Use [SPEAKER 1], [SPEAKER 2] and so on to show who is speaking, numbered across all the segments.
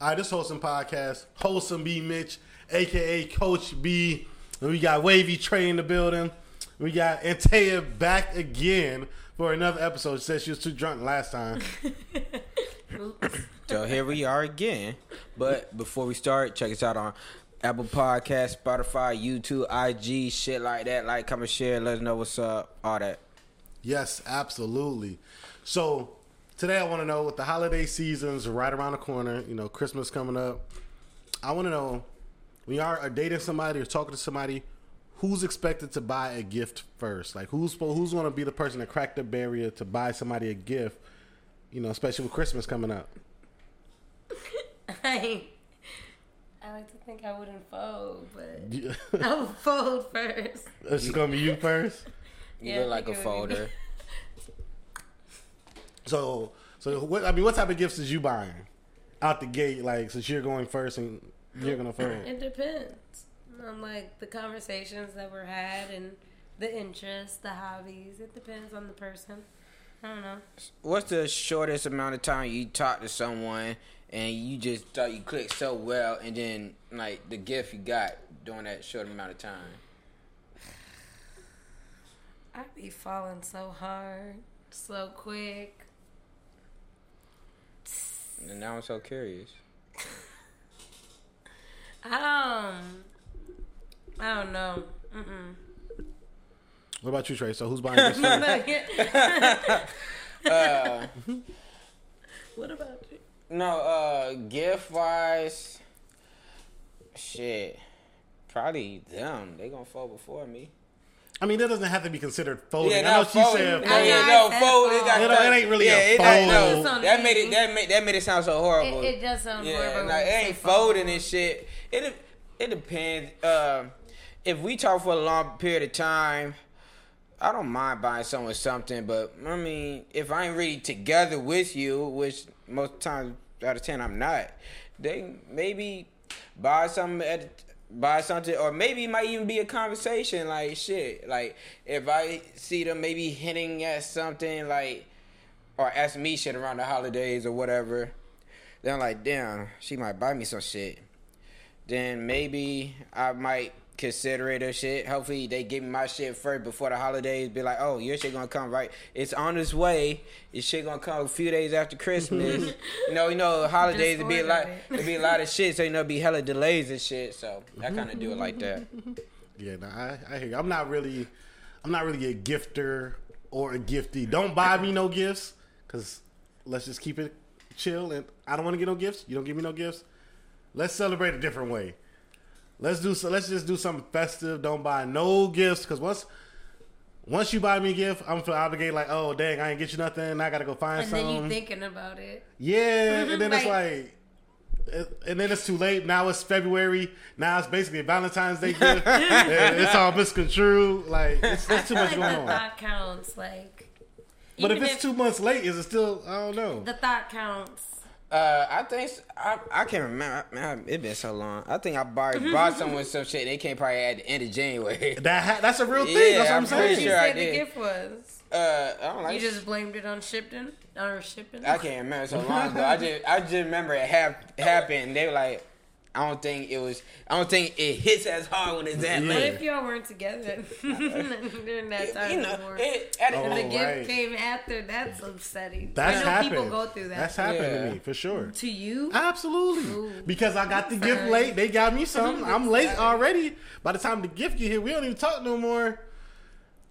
[SPEAKER 1] All right, this wholesome podcast, wholesome B Mitch, aka Coach B. And we got Wavy Trey in the building. We got Antea back again for another episode. She said she was too drunk last time.
[SPEAKER 2] So here we are again. But before we start, check us out on Apple Podcast, Spotify, YouTube, IG, shit like that. Like, comment, share, let us know what's up, all that.
[SPEAKER 1] Yes, absolutely. So today I want to know with the holiday seasons right around the corner, you know, Christmas coming up. I want to know when you are dating somebody or talking to somebody, who's expected to buy a gift first? Like who's spo- who's going to be the person to crack the barrier to buy somebody a gift? You know, especially with Christmas coming up.
[SPEAKER 3] I, I like to think I wouldn't fold, but
[SPEAKER 1] You-
[SPEAKER 3] I would fold first.
[SPEAKER 1] it's going to be you first.
[SPEAKER 2] You
[SPEAKER 3] Yeah,
[SPEAKER 2] look like
[SPEAKER 3] I
[SPEAKER 2] a
[SPEAKER 3] think it would be-
[SPEAKER 2] folder.
[SPEAKER 1] So, so what? I mean, what type of gifts is you buying out the gate? Like, since you're going first and you're gonna fold.
[SPEAKER 3] It depends on like the conversations that were had and the interests, the hobbies. It depends on the person. I don't know.
[SPEAKER 2] What's the shortest amount of time you talk to someone and you just thought you clicked so well and then, like, the gift you got during that short amount of time?
[SPEAKER 3] I'd be falling so hard, so quick.
[SPEAKER 2] And now I'm so curious.
[SPEAKER 3] Um, I don't know. Mm-mm.
[SPEAKER 1] What about you, Trey? So, who's buying gifts first?
[SPEAKER 2] Uh,
[SPEAKER 3] what about you?
[SPEAKER 2] no, uh, gift wise, shit. Probably them. They gonna fall before me.
[SPEAKER 1] I mean, that doesn't have to be considered folding.
[SPEAKER 2] Yeah,
[SPEAKER 1] I
[SPEAKER 2] no,
[SPEAKER 1] know she
[SPEAKER 2] fold.
[SPEAKER 1] said
[SPEAKER 2] Yeah,
[SPEAKER 1] fold.
[SPEAKER 2] yeah,
[SPEAKER 3] fold.
[SPEAKER 2] no,
[SPEAKER 3] That's
[SPEAKER 2] fold. It,
[SPEAKER 3] fold.
[SPEAKER 2] got
[SPEAKER 1] It don't-
[SPEAKER 2] done.
[SPEAKER 1] it ain't really a
[SPEAKER 2] yeah, it
[SPEAKER 1] fold.
[SPEAKER 2] don't-
[SPEAKER 3] That's on
[SPEAKER 2] that made
[SPEAKER 3] me.
[SPEAKER 2] it. That made that made it sound so horrible.
[SPEAKER 3] It, it does sound
[SPEAKER 2] yeah,
[SPEAKER 3] horrible.
[SPEAKER 2] like,
[SPEAKER 3] when you
[SPEAKER 2] it
[SPEAKER 3] say
[SPEAKER 2] ain't
[SPEAKER 3] fold.
[SPEAKER 2] folding and shit. It de- it depends. Um, if we talk for a long period of time, I don't mind buying someone something. But I mean, if I ain't really together with you, which most times out of ten I'm not, then maybe buy something at. Buy something, or maybe it might even be a conversation. Like shit, like if I see them maybe hinting at something, like or ask me shit around the holidays or whatever, then I'm like, damn, she might buy me some shit. Then maybe I might consider it or shit. Hopefully they give me my shit first before the holidays. Be like, oh, your shit gonna come right. It's on its way. Your shit gonna come a few days after Christmas. you know, you know, holidays it be a lot.
[SPEAKER 3] Disorderly.
[SPEAKER 2] It be a lot of shit. So you know, it be hella delays and shit. So I kind of do it like that.
[SPEAKER 1] Yeah, no, I, I hear you. I'm not really, I'm not really a gifter or a giftee. Don't buy me no gifts, cause let's just keep it chill. And I don't want to get no gifts. You don't give me no gifts. Let's celebrate a different way. Let's do so. Let's just do something festive. Don't buy no gifts, cause once. Once you buy me a gift, I'm feel obligated. Like, oh dang, I ain't get you nothing. I gotta go find
[SPEAKER 3] And
[SPEAKER 1] something.
[SPEAKER 3] then you thinking about it.
[SPEAKER 1] Yeah, and then it's
[SPEAKER 3] Right.
[SPEAKER 1] like, it- and then it's too late. Now it's February. Now it's basically Valentine's Day gift. And it's all misconstrued. Like it's, it's too
[SPEAKER 3] I
[SPEAKER 1] much
[SPEAKER 3] feel
[SPEAKER 1] going
[SPEAKER 3] like the
[SPEAKER 1] on.
[SPEAKER 3] thought counts. Like,
[SPEAKER 1] But if
[SPEAKER 3] even
[SPEAKER 1] it's two months late, is it still? I don't know.
[SPEAKER 3] the thought counts.
[SPEAKER 2] Uh, I think s- I, I can't remember. Man, it been so long. I think I bought bought someone some shit. They came probably at the end of January.
[SPEAKER 1] That ha- that's a real thing.
[SPEAKER 2] Yeah,
[SPEAKER 1] that's what I'm,
[SPEAKER 2] I'm
[SPEAKER 3] What
[SPEAKER 2] pretty
[SPEAKER 1] saying.
[SPEAKER 3] did you
[SPEAKER 2] sure I
[SPEAKER 3] say the
[SPEAKER 2] did.
[SPEAKER 3] gift was?
[SPEAKER 2] Uh, I don't like.
[SPEAKER 3] You just blamed it on Shipton, on shipping.
[SPEAKER 2] I can't remember so long ago. I just I just remember it hap- happened. They were like, I don't think it was. I don't think it hits as hard when it's that
[SPEAKER 1] Yeah.
[SPEAKER 3] What
[SPEAKER 2] late.
[SPEAKER 3] if y'all weren't together during that time
[SPEAKER 2] You know,
[SPEAKER 3] anymore?
[SPEAKER 2] it, at
[SPEAKER 1] Oh,
[SPEAKER 3] and the
[SPEAKER 2] the,
[SPEAKER 3] gift
[SPEAKER 1] right.
[SPEAKER 3] came after. That's upsetting.
[SPEAKER 1] That's
[SPEAKER 3] I know
[SPEAKER 1] happened.
[SPEAKER 3] people go through that.
[SPEAKER 1] That's happened
[SPEAKER 2] Yeah.
[SPEAKER 1] to me for sure.
[SPEAKER 3] to you.
[SPEAKER 1] Absolutely,
[SPEAKER 3] Ooh.
[SPEAKER 1] because I got the gift
[SPEAKER 3] Sorry.
[SPEAKER 1] late. They got me something. I'm late
[SPEAKER 3] Sorry.
[SPEAKER 1] already. By the time the gift get here, we don't even talk no more.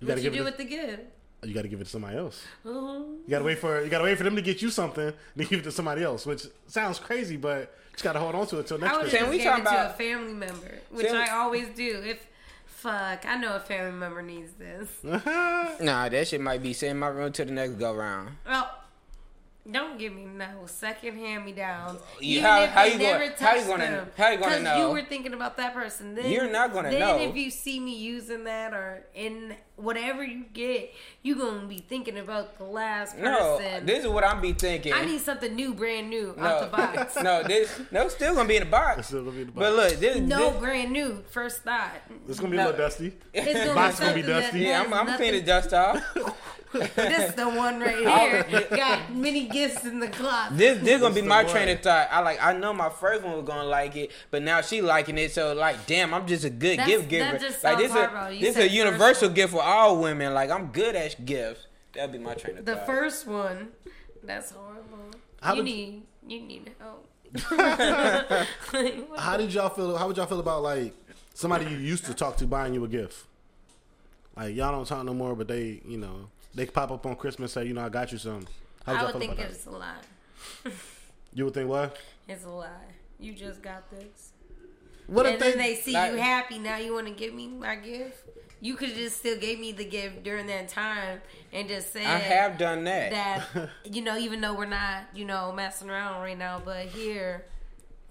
[SPEAKER 1] You
[SPEAKER 3] what
[SPEAKER 1] gotta
[SPEAKER 3] you
[SPEAKER 1] give
[SPEAKER 3] do
[SPEAKER 1] it.
[SPEAKER 3] with the gift? Uh-huh.
[SPEAKER 1] to- you gotta give it to somebody else.
[SPEAKER 3] Ooh.
[SPEAKER 1] You gotta wait for you gotta wait for them to get you something, then give it to somebody else, which sounds crazy, but you just gotta hold on to it till next
[SPEAKER 3] I would
[SPEAKER 1] Christmas.
[SPEAKER 2] Can
[SPEAKER 3] have
[SPEAKER 2] we
[SPEAKER 3] gave
[SPEAKER 2] talk
[SPEAKER 3] it to a
[SPEAKER 2] about-
[SPEAKER 3] family member, which
[SPEAKER 2] Can we-
[SPEAKER 3] I always do. If fuck, I know a family member needs this.
[SPEAKER 2] nah, that shit might be sitting in my room till the next go round.
[SPEAKER 3] Well, don't give me no second hand me downs.
[SPEAKER 2] You- how- how you gonna- how you gonna- how you gonna know?
[SPEAKER 3] You were thinking about that person. Then
[SPEAKER 2] You're not gonna
[SPEAKER 3] then
[SPEAKER 2] know.
[SPEAKER 3] if you see me using that or in whatever you get, you gonna be thinking about the last person.
[SPEAKER 2] No, this is what I'm be thinking.
[SPEAKER 3] I need something new, brand new
[SPEAKER 2] no,
[SPEAKER 3] out the box.
[SPEAKER 2] no, this no, still gonna be in the box.
[SPEAKER 1] Still gonna be in the
[SPEAKER 2] But
[SPEAKER 1] box.
[SPEAKER 2] look, this
[SPEAKER 3] No
[SPEAKER 2] this-
[SPEAKER 3] brand new. First thought.
[SPEAKER 1] it's gonna be a
[SPEAKER 2] No.
[SPEAKER 1] little dusty.
[SPEAKER 3] It's gonna
[SPEAKER 1] Box gonna be
[SPEAKER 3] something that
[SPEAKER 1] dusty.
[SPEAKER 3] has
[SPEAKER 2] Yeah, I'm, I'm
[SPEAKER 3] nothing
[SPEAKER 2] clean the dust off.
[SPEAKER 3] this the one right here. Got many gifts in the closet.
[SPEAKER 2] This this gonna be
[SPEAKER 1] the
[SPEAKER 2] my
[SPEAKER 1] one.
[SPEAKER 2] train of thought. I like I know my first one was gonna like it, but now she liking it. So like, damn, I'm just a good
[SPEAKER 3] That's-
[SPEAKER 2] gift
[SPEAKER 3] that
[SPEAKER 2] giver.
[SPEAKER 3] just
[SPEAKER 2] like
[SPEAKER 3] sounds
[SPEAKER 2] this is
[SPEAKER 3] horrible. You
[SPEAKER 2] this
[SPEAKER 3] said
[SPEAKER 2] a
[SPEAKER 3] first
[SPEAKER 2] universal gift for all women. Like I'm good at gifts. That'd be my train of
[SPEAKER 3] the
[SPEAKER 2] thought.
[SPEAKER 3] first one. That's horrible.
[SPEAKER 1] How
[SPEAKER 3] you
[SPEAKER 1] would-
[SPEAKER 3] need you need help. Like, what-
[SPEAKER 1] How did y'all feel? How would y'all feel about like somebody you used to talk to buying you a gift? Like y'all don't talk no more, but they, you know, they pop up on Christmas say, you know, I got you something. How would
[SPEAKER 3] I
[SPEAKER 1] y'all feel
[SPEAKER 3] would think
[SPEAKER 1] about that?
[SPEAKER 3] it's a lie.
[SPEAKER 1] You would think what?
[SPEAKER 3] It's a lie. You just got this.
[SPEAKER 1] What
[SPEAKER 3] and
[SPEAKER 1] if they?
[SPEAKER 3] then they see
[SPEAKER 2] Like-
[SPEAKER 3] you happy. Now you want to give me my gift? You could just still gave me the gift during that time and just said
[SPEAKER 2] I have done that.
[SPEAKER 3] that you know, even though we're not you know messing around right now, but here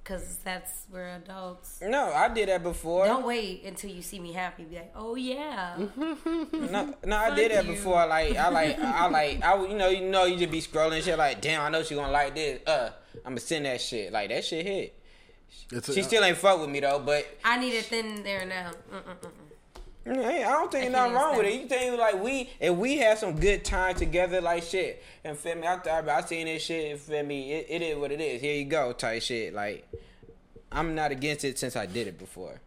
[SPEAKER 3] because that's where adults.
[SPEAKER 2] No, I did that before.
[SPEAKER 3] Don't wait until you see me happy. Be like, oh yeah,
[SPEAKER 2] Mm-hmm. No, no, I did
[SPEAKER 3] Fuck
[SPEAKER 2] that
[SPEAKER 3] you.
[SPEAKER 2] before. Like I like I like I would- you know you know you just be scrolling shit like damn I know she gonna like this. Uh, I'ma send that shit. Like that shit hit.
[SPEAKER 1] It's
[SPEAKER 2] She still ain't fuck with me though, but
[SPEAKER 3] I need it then there now. Mm-mm-mm.
[SPEAKER 2] Hey, I don't think
[SPEAKER 3] can't
[SPEAKER 2] nothing wrong with it.
[SPEAKER 3] understand.
[SPEAKER 2] You think like we if we had some good time together, like shit, and feel me. I thought about I seen this shit. And feel me, it, it is what it is. Here you go, type shit. Like I'm not against it since I did it before.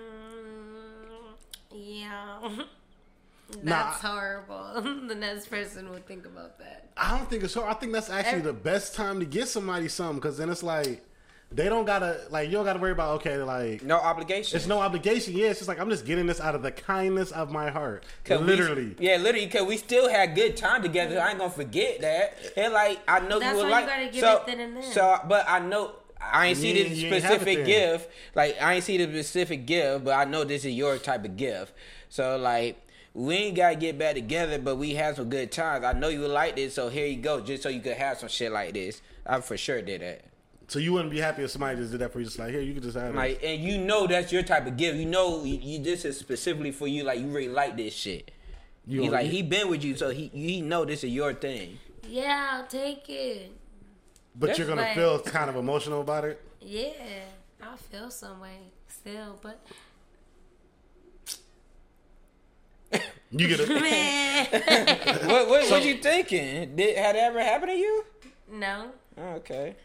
[SPEAKER 3] Mm, yeah, that's
[SPEAKER 1] Nah.
[SPEAKER 3] horrible. the next person would think about that.
[SPEAKER 1] I don't think it's hard. I think that's actually
[SPEAKER 3] Ev-
[SPEAKER 1] the best time to get somebody something because then it's like they don't gotta like you don't gotta worry about okay like
[SPEAKER 2] No obligation.
[SPEAKER 1] it's no obligation. Yeah, it's just like I'm just getting this out of the kindness of my heart.
[SPEAKER 2] 'Cause we-
[SPEAKER 1] Literally,
[SPEAKER 2] yeah, literally, because we still had good time together. I ain't gonna forget that. And like, I know
[SPEAKER 3] That's
[SPEAKER 2] you would
[SPEAKER 3] why you
[SPEAKER 2] like.
[SPEAKER 3] gotta give
[SPEAKER 2] so,
[SPEAKER 3] it then and there.
[SPEAKER 2] so, but I know I ain't see
[SPEAKER 1] You-
[SPEAKER 2] this
[SPEAKER 1] you ain't have it
[SPEAKER 2] specific
[SPEAKER 1] then.
[SPEAKER 2] gift. Like, I ain't see the specific gift, but I know this is your type of gift. So like. We ain't gotta get back together, but we had some good times. I know you would like this, so here you go, just so you could have some shit like this. I for sure did that.
[SPEAKER 1] so you wouldn't be happy if somebody just did that for you. Just like here, you can just have it.
[SPEAKER 2] Like, and you know that's your type of gift. You know, you, you, this is specifically for you. Like, you really like this shit.
[SPEAKER 1] You
[SPEAKER 2] He
[SPEAKER 1] don't-
[SPEAKER 2] like he been with you, so he he know this is your thing.
[SPEAKER 3] Yeah, I'll take it.
[SPEAKER 1] but you're gonna
[SPEAKER 3] like-
[SPEAKER 1] feel kind of emotional about it.
[SPEAKER 3] Yeah, I feel some way still, but
[SPEAKER 1] You get it.
[SPEAKER 3] man,
[SPEAKER 2] What what, what you thinking? Did had that ever happened to you?
[SPEAKER 3] no,
[SPEAKER 2] Oh, okay.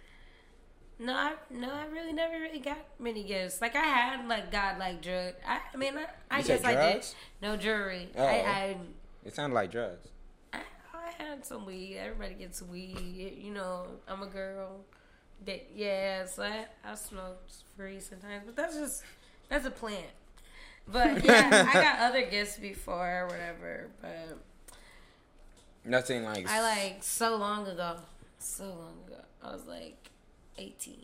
[SPEAKER 3] no, I no, I really never really got many gifts. Like I had like God like drug. I, I mean, I, I
[SPEAKER 2] You
[SPEAKER 3] guess
[SPEAKER 2] said
[SPEAKER 3] I did.
[SPEAKER 2] drugs?
[SPEAKER 3] No jewelry.
[SPEAKER 2] Oh.
[SPEAKER 3] I,
[SPEAKER 2] It sounded like drugs.
[SPEAKER 3] I, I I had some weed. Everybody gets weed. You know, I'm a girl. But yeah, so I, I smoke free sometimes, but that's just that's a plant. But yeah, I got other gifts before or whatever, but.
[SPEAKER 2] Nothing like
[SPEAKER 3] I like so long ago, so long ago. I was like 18,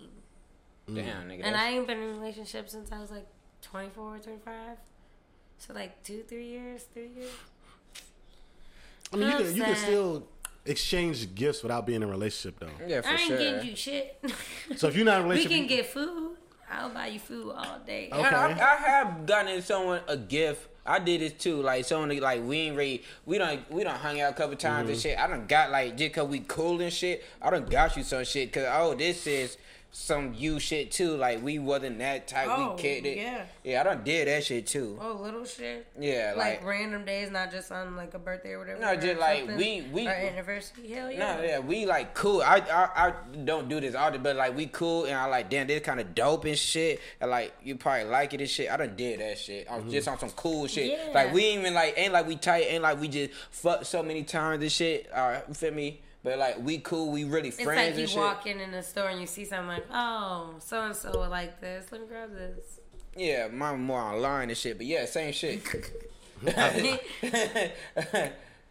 [SPEAKER 2] damn nigga.
[SPEAKER 3] and
[SPEAKER 2] that's-
[SPEAKER 3] I ain't been in a relationship since I was like 24, 25. So like two, three years, three years.
[SPEAKER 1] I mean, you
[SPEAKER 3] I'm
[SPEAKER 1] can, you can
[SPEAKER 3] sad.
[SPEAKER 1] still exchange gifts without being in a relationship though.
[SPEAKER 2] yeah, for
[SPEAKER 3] I ain't
[SPEAKER 2] sure.
[SPEAKER 3] getting you shit.
[SPEAKER 1] So if you're not in a
[SPEAKER 3] we
[SPEAKER 1] relationship,
[SPEAKER 3] can get food. I'll buy you food all day.
[SPEAKER 1] Okay.
[SPEAKER 2] And I, I have gotten someone a gift. I did this too. Like someone like we ain't really we don't we don't hung out a couple times
[SPEAKER 3] Mm-hmm.
[SPEAKER 2] and shit. I done got like just cause we cool and shit. I done got you some shit cause oh this is some you shit too. Like we wasn't that type.
[SPEAKER 3] Oh,
[SPEAKER 2] we kicked it.
[SPEAKER 3] yeah.
[SPEAKER 2] yeah. I done did that shit too.
[SPEAKER 3] Oh, little shit.
[SPEAKER 2] Yeah,
[SPEAKER 3] Like,
[SPEAKER 2] like,
[SPEAKER 3] random days, not just on like a birthday or whatever.
[SPEAKER 2] No,
[SPEAKER 3] or
[SPEAKER 2] just, like,
[SPEAKER 3] something,
[SPEAKER 2] we- we-
[SPEAKER 3] or anniversary. Hell yeah.
[SPEAKER 2] no, yeah, we like cool. I, I I don't do this all the but like we cool and I like damn this kind of dope and shit and like you probably like it and shit. I done did that shit. I'm
[SPEAKER 1] Mm-hmm.
[SPEAKER 2] just on some cool shit.
[SPEAKER 3] Yeah.
[SPEAKER 2] Like we ain't even like ain't like we tight. Ain't like we just fucked so many times and shit. Uh, you feel me? But like we cool. We really
[SPEAKER 3] It's
[SPEAKER 2] friends
[SPEAKER 3] like you
[SPEAKER 2] and shit.
[SPEAKER 3] walk in in the store and you see something like, oh, so and so would like this. Let me grab this.
[SPEAKER 2] Yeah, mine more online and shit. But yeah, same shit.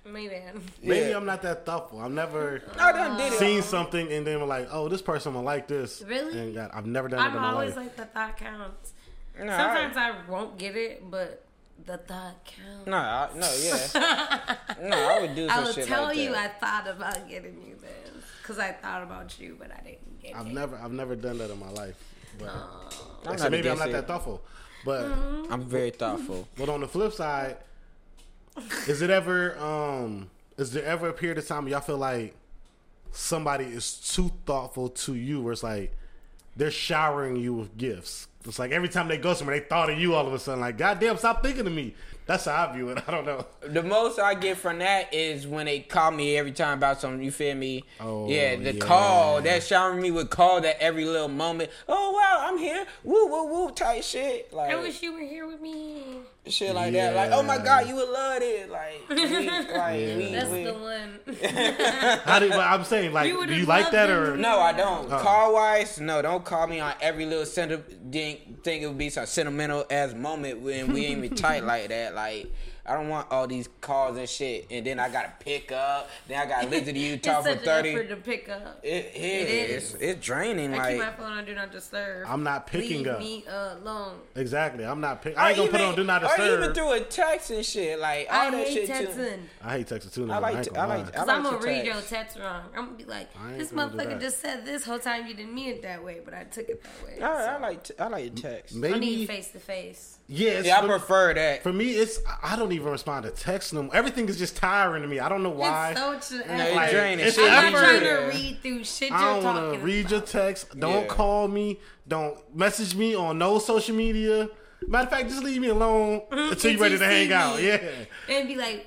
[SPEAKER 3] My bad.
[SPEAKER 1] maybe
[SPEAKER 2] Yeah.
[SPEAKER 1] I'm not that thoughtful. I've never
[SPEAKER 2] I done did it.
[SPEAKER 1] seen something and then we're like, oh, this person will like this.
[SPEAKER 3] Really?
[SPEAKER 1] And God, I've never done it
[SPEAKER 3] I'm
[SPEAKER 1] in my
[SPEAKER 3] always
[SPEAKER 1] life.
[SPEAKER 3] like the thought counts.
[SPEAKER 2] Nah,
[SPEAKER 3] Sometimes I, won't get it, but the thought counts.
[SPEAKER 2] No, I, no, yeah, no. I would do some
[SPEAKER 3] I will
[SPEAKER 2] shit
[SPEAKER 3] tell
[SPEAKER 2] like
[SPEAKER 3] you
[SPEAKER 2] that.
[SPEAKER 3] I thought about getting you this because I thought about you, but I didn't get
[SPEAKER 1] I've
[SPEAKER 3] it.
[SPEAKER 1] never I've never done that in my life. But
[SPEAKER 2] I'm
[SPEAKER 1] so maybe I'm
[SPEAKER 2] against
[SPEAKER 1] not that
[SPEAKER 2] it.
[SPEAKER 1] thoughtful. But
[SPEAKER 3] Mm.
[SPEAKER 2] I'm very thoughtful.
[SPEAKER 1] but on the flip side, is it ever um is there ever a period of time where y'all feel like somebody is too thoughtful to you where it's like they're showering you with gifts? It's like every time they go somewhere, they thought of you all of a sudden. Like, goddamn, stop thinking of me. That's how I view it. I don't know.
[SPEAKER 2] The most I get from that is when they call me every time about something. You feel me?
[SPEAKER 1] Oh,
[SPEAKER 2] yeah, the
[SPEAKER 1] yeah.
[SPEAKER 2] call that showering me with call that every little moment. Oh wow, I'm here. Woo woo woo type shit like
[SPEAKER 3] I wish you were here with me.
[SPEAKER 2] shit like that. Like oh my
[SPEAKER 1] Yeah.
[SPEAKER 2] god, you would love it. Like we, like we,
[SPEAKER 3] That's
[SPEAKER 2] we-
[SPEAKER 3] the one.
[SPEAKER 1] How do, but I'm saying, like,
[SPEAKER 3] You would've
[SPEAKER 1] do you like
[SPEAKER 3] loved
[SPEAKER 1] that
[SPEAKER 3] them.
[SPEAKER 1] or
[SPEAKER 2] No, I don't. Call wise, no, don't call me on every little sentiment. Think it would be some sentimental ass moment when we ain't even tight like that. Like, I don't want all these calls and shit. And then I gotta pick up. Then I gotta listen to you talk
[SPEAKER 3] it's
[SPEAKER 2] for
[SPEAKER 3] such
[SPEAKER 2] thirty.
[SPEAKER 3] an effort to pick up.
[SPEAKER 2] it, yeah,
[SPEAKER 3] It
[SPEAKER 2] it's
[SPEAKER 3] is.
[SPEAKER 2] it's draining.
[SPEAKER 3] I keep my
[SPEAKER 2] like,
[SPEAKER 3] phone on do not disturb.
[SPEAKER 1] I'm not picking
[SPEAKER 3] Leave
[SPEAKER 1] up.
[SPEAKER 3] me alone.
[SPEAKER 1] exactly? I'm not. Pick, I ain't gonna put on do not
[SPEAKER 2] Or even
[SPEAKER 1] disturb.
[SPEAKER 2] through a text and shit. Like all
[SPEAKER 3] I
[SPEAKER 2] that
[SPEAKER 3] hate
[SPEAKER 2] shit
[SPEAKER 3] texting.
[SPEAKER 2] too.
[SPEAKER 1] I hate texting too.
[SPEAKER 2] I like to- I like to-
[SPEAKER 3] Cause I'm gonna
[SPEAKER 2] your
[SPEAKER 3] read
[SPEAKER 2] text.
[SPEAKER 3] your text wrong. I'm gonna be like,
[SPEAKER 1] I ain't
[SPEAKER 3] this
[SPEAKER 1] gonna do
[SPEAKER 3] motherfucker
[SPEAKER 1] that.
[SPEAKER 3] just said this whole time you didn't mean it that way, but I took it that way.
[SPEAKER 2] I,
[SPEAKER 3] So,
[SPEAKER 2] I like t- I like text.
[SPEAKER 3] I need
[SPEAKER 1] maybe.
[SPEAKER 3] face to face.
[SPEAKER 1] Yeah, it's-
[SPEAKER 2] Yeah, I prefer that.
[SPEAKER 1] for me, it's I don't even respond to text no more. Everything is just tiring to me. I don't know why.
[SPEAKER 3] It's so true.
[SPEAKER 2] it
[SPEAKER 1] Like,
[SPEAKER 2] draining.
[SPEAKER 1] it's
[SPEAKER 2] Shit,
[SPEAKER 3] I'm
[SPEAKER 1] effort.
[SPEAKER 3] not trying
[SPEAKER 2] Yeah.
[SPEAKER 3] to read through shit you're
[SPEAKER 1] I don't
[SPEAKER 3] talking
[SPEAKER 1] want to read your
[SPEAKER 3] about.
[SPEAKER 1] text. Don't
[SPEAKER 2] Yeah.
[SPEAKER 1] call me. Don't message me on no social media. Matter of fact, just leave me alone until you're ready to
[SPEAKER 3] Until
[SPEAKER 1] hang
[SPEAKER 3] you see
[SPEAKER 1] out.
[SPEAKER 3] me.
[SPEAKER 1] Yeah.
[SPEAKER 3] and be like,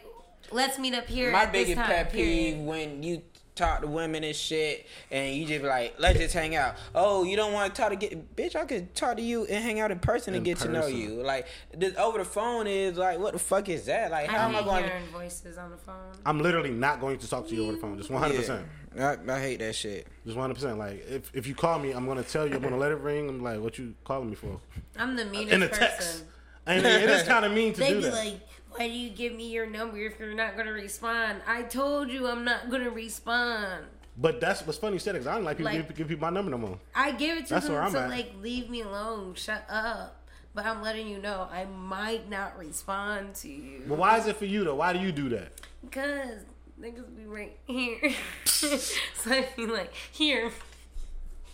[SPEAKER 3] let's meet up here.
[SPEAKER 2] My
[SPEAKER 3] at this
[SPEAKER 2] biggest
[SPEAKER 3] time,
[SPEAKER 2] pet peeve
[SPEAKER 3] period.
[SPEAKER 2] when you talk to women and shit, and you just be like, let's just hang out. Oh, you don't want to talk to get, bitch. I could talk to you and hang out in person
[SPEAKER 1] In
[SPEAKER 2] and get to know
[SPEAKER 1] person.
[SPEAKER 2] you. Like this over the phone is like, what the fuck is that? Like,
[SPEAKER 3] I
[SPEAKER 2] how am I
[SPEAKER 3] hate
[SPEAKER 2] going?
[SPEAKER 3] hearing voices on the phone.
[SPEAKER 1] I'm literally not going to talk to you over the phone. Just 100.
[SPEAKER 2] to
[SPEAKER 1] percent
[SPEAKER 2] Yeah. I, I hate that shit.
[SPEAKER 1] Just 100. percent Like if, if you call me, I'm gonna tell you. I'm gonna let it ring. I'm like, what you calling me for?
[SPEAKER 3] I'm the meanest
[SPEAKER 1] In a
[SPEAKER 3] person.
[SPEAKER 1] text. And it is kind of mean to
[SPEAKER 3] They'd
[SPEAKER 1] do
[SPEAKER 3] be
[SPEAKER 1] that.
[SPEAKER 3] like, why do you give me your number if you're not gonna respond? I told you I'm not gonna respond.
[SPEAKER 1] but that's what's funny you said because I don't like people
[SPEAKER 3] Like-
[SPEAKER 1] give, give people my number no more.
[SPEAKER 3] I give it to
[SPEAKER 1] That's where
[SPEAKER 3] them
[SPEAKER 1] I'm
[SPEAKER 3] to
[SPEAKER 1] at.
[SPEAKER 3] like leave me alone, shut up. But I'm letting you know I might not respond to
[SPEAKER 1] But
[SPEAKER 3] you
[SPEAKER 1] why is it for you though? Why do you do that?
[SPEAKER 3] because niggas be right here. so I be like, here,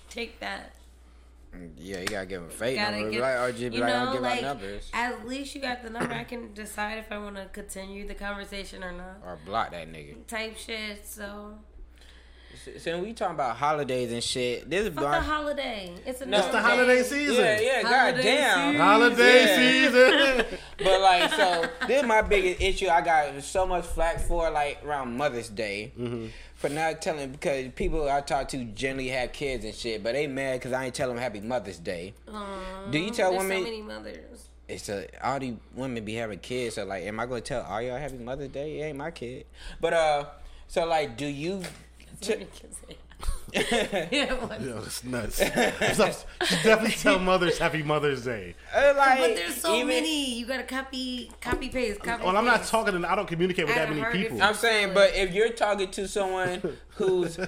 [SPEAKER 3] take that.
[SPEAKER 2] Yeah, you gotta give them fake
[SPEAKER 3] Gotta
[SPEAKER 2] numbers.
[SPEAKER 3] get,
[SPEAKER 2] like, or just be
[SPEAKER 3] you
[SPEAKER 2] like, I'll
[SPEAKER 3] know,
[SPEAKER 2] give out
[SPEAKER 3] like
[SPEAKER 2] numbers
[SPEAKER 3] at least you got the number. I can decide if I want to continue the conversation or not.
[SPEAKER 2] or block that nigga.
[SPEAKER 3] Type shit. So
[SPEAKER 2] S- Since we talking about holidays and shit, this is
[SPEAKER 3] Fuck the holiday. It's,
[SPEAKER 2] No.
[SPEAKER 3] another
[SPEAKER 2] It's the
[SPEAKER 3] day.
[SPEAKER 1] holiday season.
[SPEAKER 2] yeah, yeah,
[SPEAKER 3] Holiday
[SPEAKER 2] goddamn.
[SPEAKER 3] season.
[SPEAKER 1] Holiday
[SPEAKER 2] Yeah.
[SPEAKER 1] season.
[SPEAKER 2] But like, so this is my biggest issue. I got so much flack for like around Mother's Day
[SPEAKER 1] Mm-hmm.
[SPEAKER 2] for not telling because people I talk to generally have kids and shit, but they mad because I ain't tell them Happy Mother's Day.
[SPEAKER 3] Aw,
[SPEAKER 2] Do you tell
[SPEAKER 3] Oh, there's
[SPEAKER 2] women-
[SPEAKER 3] So many mothers.
[SPEAKER 2] It's a all these women be having kids, so like, am I gonna tell all y'all Happy Mother's Day? It ain't my kid. But uh, so like, do you? T-
[SPEAKER 3] yeah, what-
[SPEAKER 1] Yo, that's nuts. That's- you definitely tell mothers Happy Mother's Day.
[SPEAKER 2] uh, like,
[SPEAKER 3] but there's so
[SPEAKER 2] even-
[SPEAKER 3] many. You gotta copy, copy paste, copy.
[SPEAKER 1] Well, I'm not
[SPEAKER 3] paste.
[SPEAKER 1] talking. To, I don't communicate with
[SPEAKER 3] I
[SPEAKER 1] that
[SPEAKER 3] done
[SPEAKER 1] many
[SPEAKER 3] heard it
[SPEAKER 1] people.
[SPEAKER 2] I'm saying, but if you're talking to someone who's,